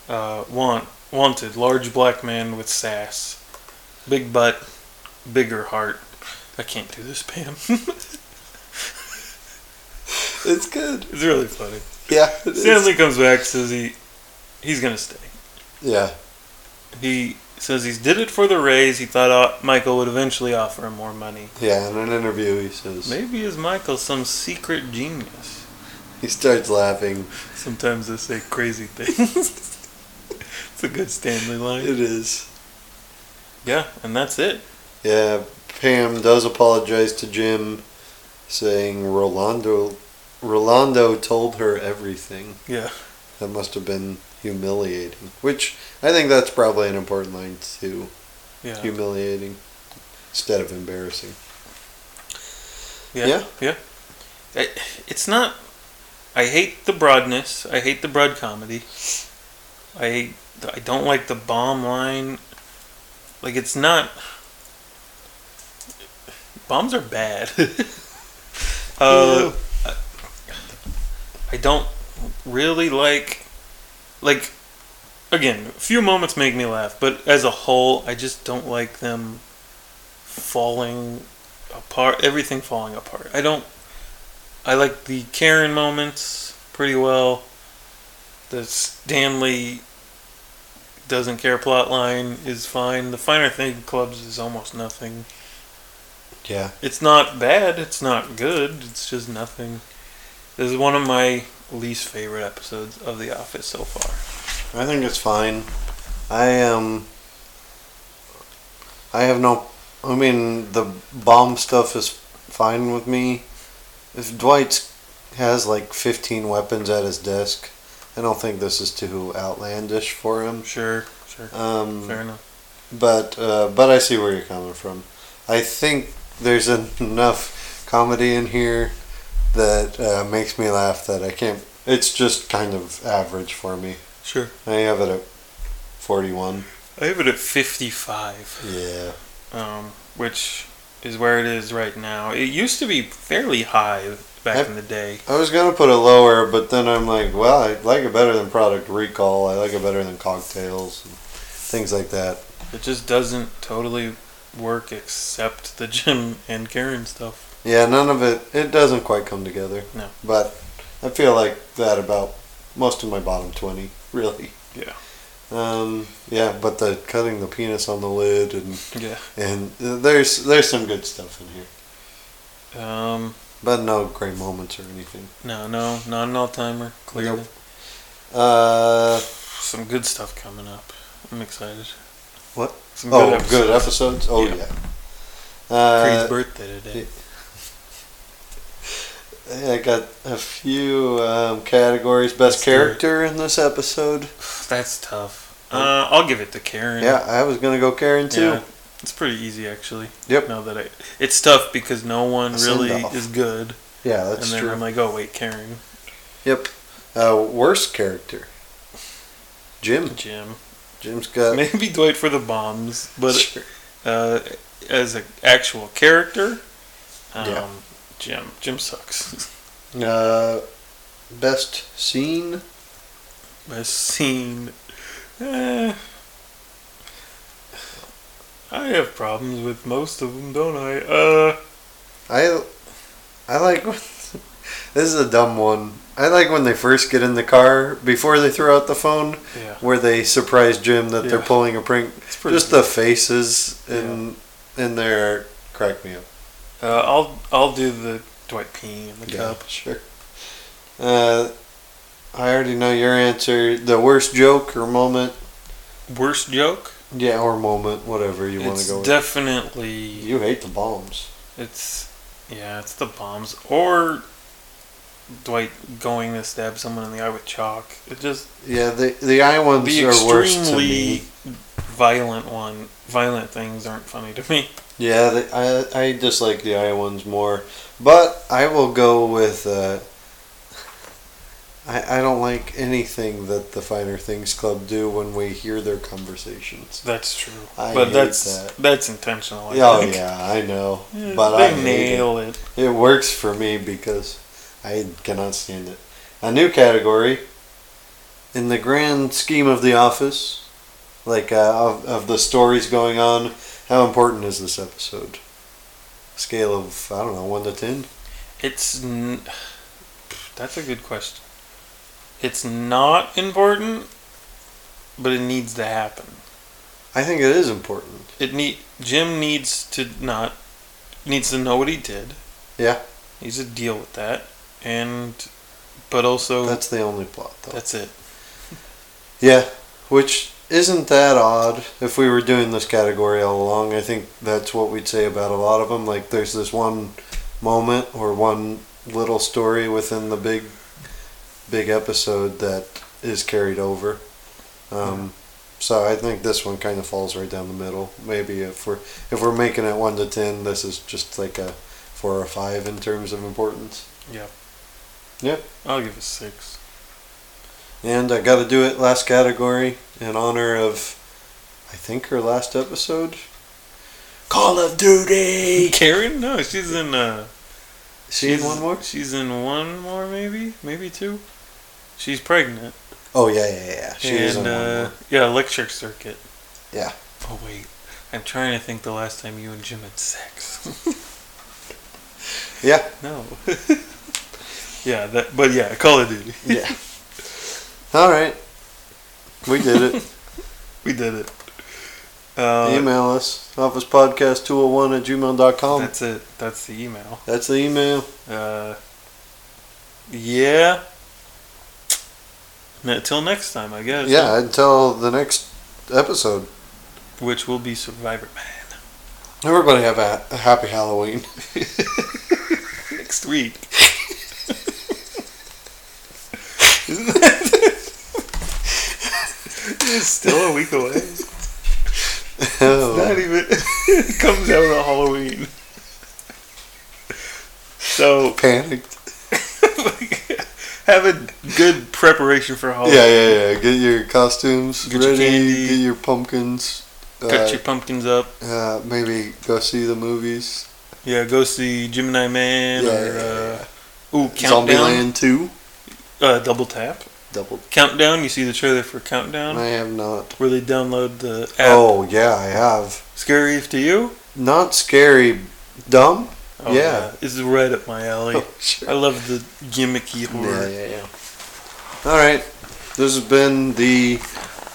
uh, want wanted large black man with sass, big butt, bigger heart. I can't do this, Pam.
It's good.
It's really funny.
Yeah. it is.
Stanley comes back says he he's gonna stay.
Yeah.
He says he's did it for the raise. He thought uh, Michael would eventually offer him more money.
Yeah. In an interview, he says
Maybe is Michael some secret genius?
he starts laughing.
Sometimes they say crazy things. it's a good Stanley line.
It is.
Yeah, and that's it.
Yeah. Pam does apologize to Jim, saying Rolando, Rolando told her everything.
Yeah.
That must have been humiliating. Which I think that's probably an important line too.
Yeah.
humiliating instead of embarrassing.
Yeah.
Yeah.
Yeah. I, it's not. I hate the broadness. I hate the broad comedy. I I don't like the bomb line. Like it's not. Bombs are bad. uh, I- I don't really like. Like, again, a few moments make me laugh, but as a whole, I just don't like them falling apart everything falling apart i don't i like the karen moments pretty well the stanley doesn't care plot line is fine the finer thing clubs is almost nothing
Yeah.
it's not bad it's not good it's just nothing this is one of my least favorite episodes of the office so far
I think it's fine. I um I have no I mean the bomb stuff is fine with me. If Dwight has like 15 weapons at his desk, I don't think this is too outlandish for him.
sure sure
Um
fair enough
but uh, but I see where you're coming from. I think there's enough comedy in here that uh, makes me laugh that I can't. It's just kind of average for me.
sure
I have it at 41.
i have it at 55
Yeah.
um, which is where it is right now. It used to be fairly high back
Yep.
in the day.
I was gonna put it lower, but then I'm like, well, I like it better than Product Recall. I like it better than Cocktails and things like that.
It just doesn't totally work except the Jim and Karen stuff.
Yeah, none of it. It doesn't quite come together.
No.
But I feel like that about most of my bottom 20, really.
Yeah.
Um, yeah, but the cutting the penis on the lid and
Yeah.
and uh, there's there's some good stuff in here,
Um,
but no great moments or anything.
no, no, not an all timer, clearly.
Nope. Uh,
Some good stuff coming up. I'm excited.
What?
Some
oh,
good
good
episodes.
episodes. Oh
Yeah.
yeah.
Creed's
Uh,
birthday today.
I got a few um, categories. Best
Let's do it.
character in this episode.
That's tough. Uh, I'll give it to Karen.
Oh. Yeah, I was gonna go Karen too.
Yeah. It's pretty easy actually.
Yep.
Now that I, it's tough because no one
A
really
send-off.
is good,
Yeah,
and
that's
then
true.
I'm like, oh wait, Karen.
Yep. Uh, worst character. Jim.
Jim.
Jim's got.
Maybe Dwight for the bombs, but uh, as an actual character, um,
Yeah.
Jim. Jim sucks.
Uh, best scene.
Best scene. Eh. I have problems with most of them, don't I? Uh,
I I like when, this is a dumb one. I like when they first get in the car before they throw out the phone,
yeah.
where they surprise Jim that they're
Yeah.
pulling a prank.
It's pretty
Just the faces in in there crack me up.
Uh, I'll I'll do the Dwight peeing in the cup.
sure. Uh, I already know your answer. The worst joke or moment.
Worst joke?
Yeah, or moment, whatever you want to
it's
go. with.
definitely
You hate the bombs.
It's yeah, it's the bombs or Dwight going to stab someone in the eye with chalk. It just
Yeah, the the eye ones
the
are worse to me.
extremely violent one, violent things aren't funny to me.
Yeah, the, I I dislike the Iowa ones more, but I will go with. Uh, I I don't like anything that the Finer Things Club do when we hear their conversations.
That's true,
I
but
hate
that's
that.
that's intentional. I
oh
think.
yeah, Hmm. I know,
Yeah,
but
they
I hate it.
nail it.
it works for me because I cannot stand it. A new category. In the grand scheme of the office, like uh, of of the stories going on, how important is this episode? Scale of I don't know one to ten.
It's n- That's a good question. It's not important, but it needs to happen.
I think it is important.
It need Jim needs to not needs to know what he did.
Yeah.
Needs to deal with that, and but also that's,
That's the only plot, though.
it.
Yeah, which isn't that odd. If we were doing this category all along, I think that's what we'd say about a lot of them. Like, there's this one moment or one little story within the big, big episode that is carried over. Um, so I think this one kind of falls right down the middle. Maybe if we're if we're making it one to ten, this is just like a four or five in terms of importance.
I'll give it six.
And I got to do it last category in honor of, I think, her last episode. Call of Duty!
Karen? No, she's in. Uh,
She had
she's-
one more?
She's in one more, maybe, maybe two. She's pregnant.
Oh, yeah, yeah, yeah. She
and,
is in one
uh,
more.
Yeah, electric circuit.
Yeah.
Oh wait, I'm trying to think the last time you and Jim had sex.
Yeah.
No. yeah, that. But yeah, Call of Duty.
Yeah. All right. We did it.
We did it. Uh,
email us. OfficePodcast201 at gmail.com. That's,
That's it. That's the email.
That's the email.
Uh, yeah. Until next time, I guess.
Yeah, until the next episode.
Which will be Survivor Man
Everybody have a, a happy Halloween.
next week. it's still a week away.
Oh.
Not even. it comes out on Halloween. So
Panicked.
have a good preparation for Halloween.
Yeah, yeah, yeah. Get your costumes
Oh. Get your
ready.
candy.
get your pumpkins.
Cut
uh,
your pumpkins up.
uh, maybe go see the movies.
Yeah, go see Gemini Man
Yeah,
or
yeah,
uh, ooh Countdown.
Zombieland 2.
Uh, double tap.
Double.
Countdown. You see the trailer for Countdown
I have not.
where they download the app.
Oh, yeah, I have.
Scary if to you?
Not scary. Dumb?
Oh,
Yeah.
It's right up my alley.
Oh, sure.
I love the gimmicky
Yeah,
horror.
yeah, yeah. All right. This has been the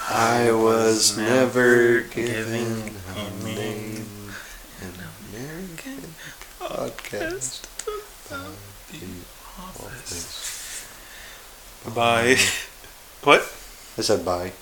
I was never given a name. An American podcast. about the office.
By what?
Mm-hmm. I said bye.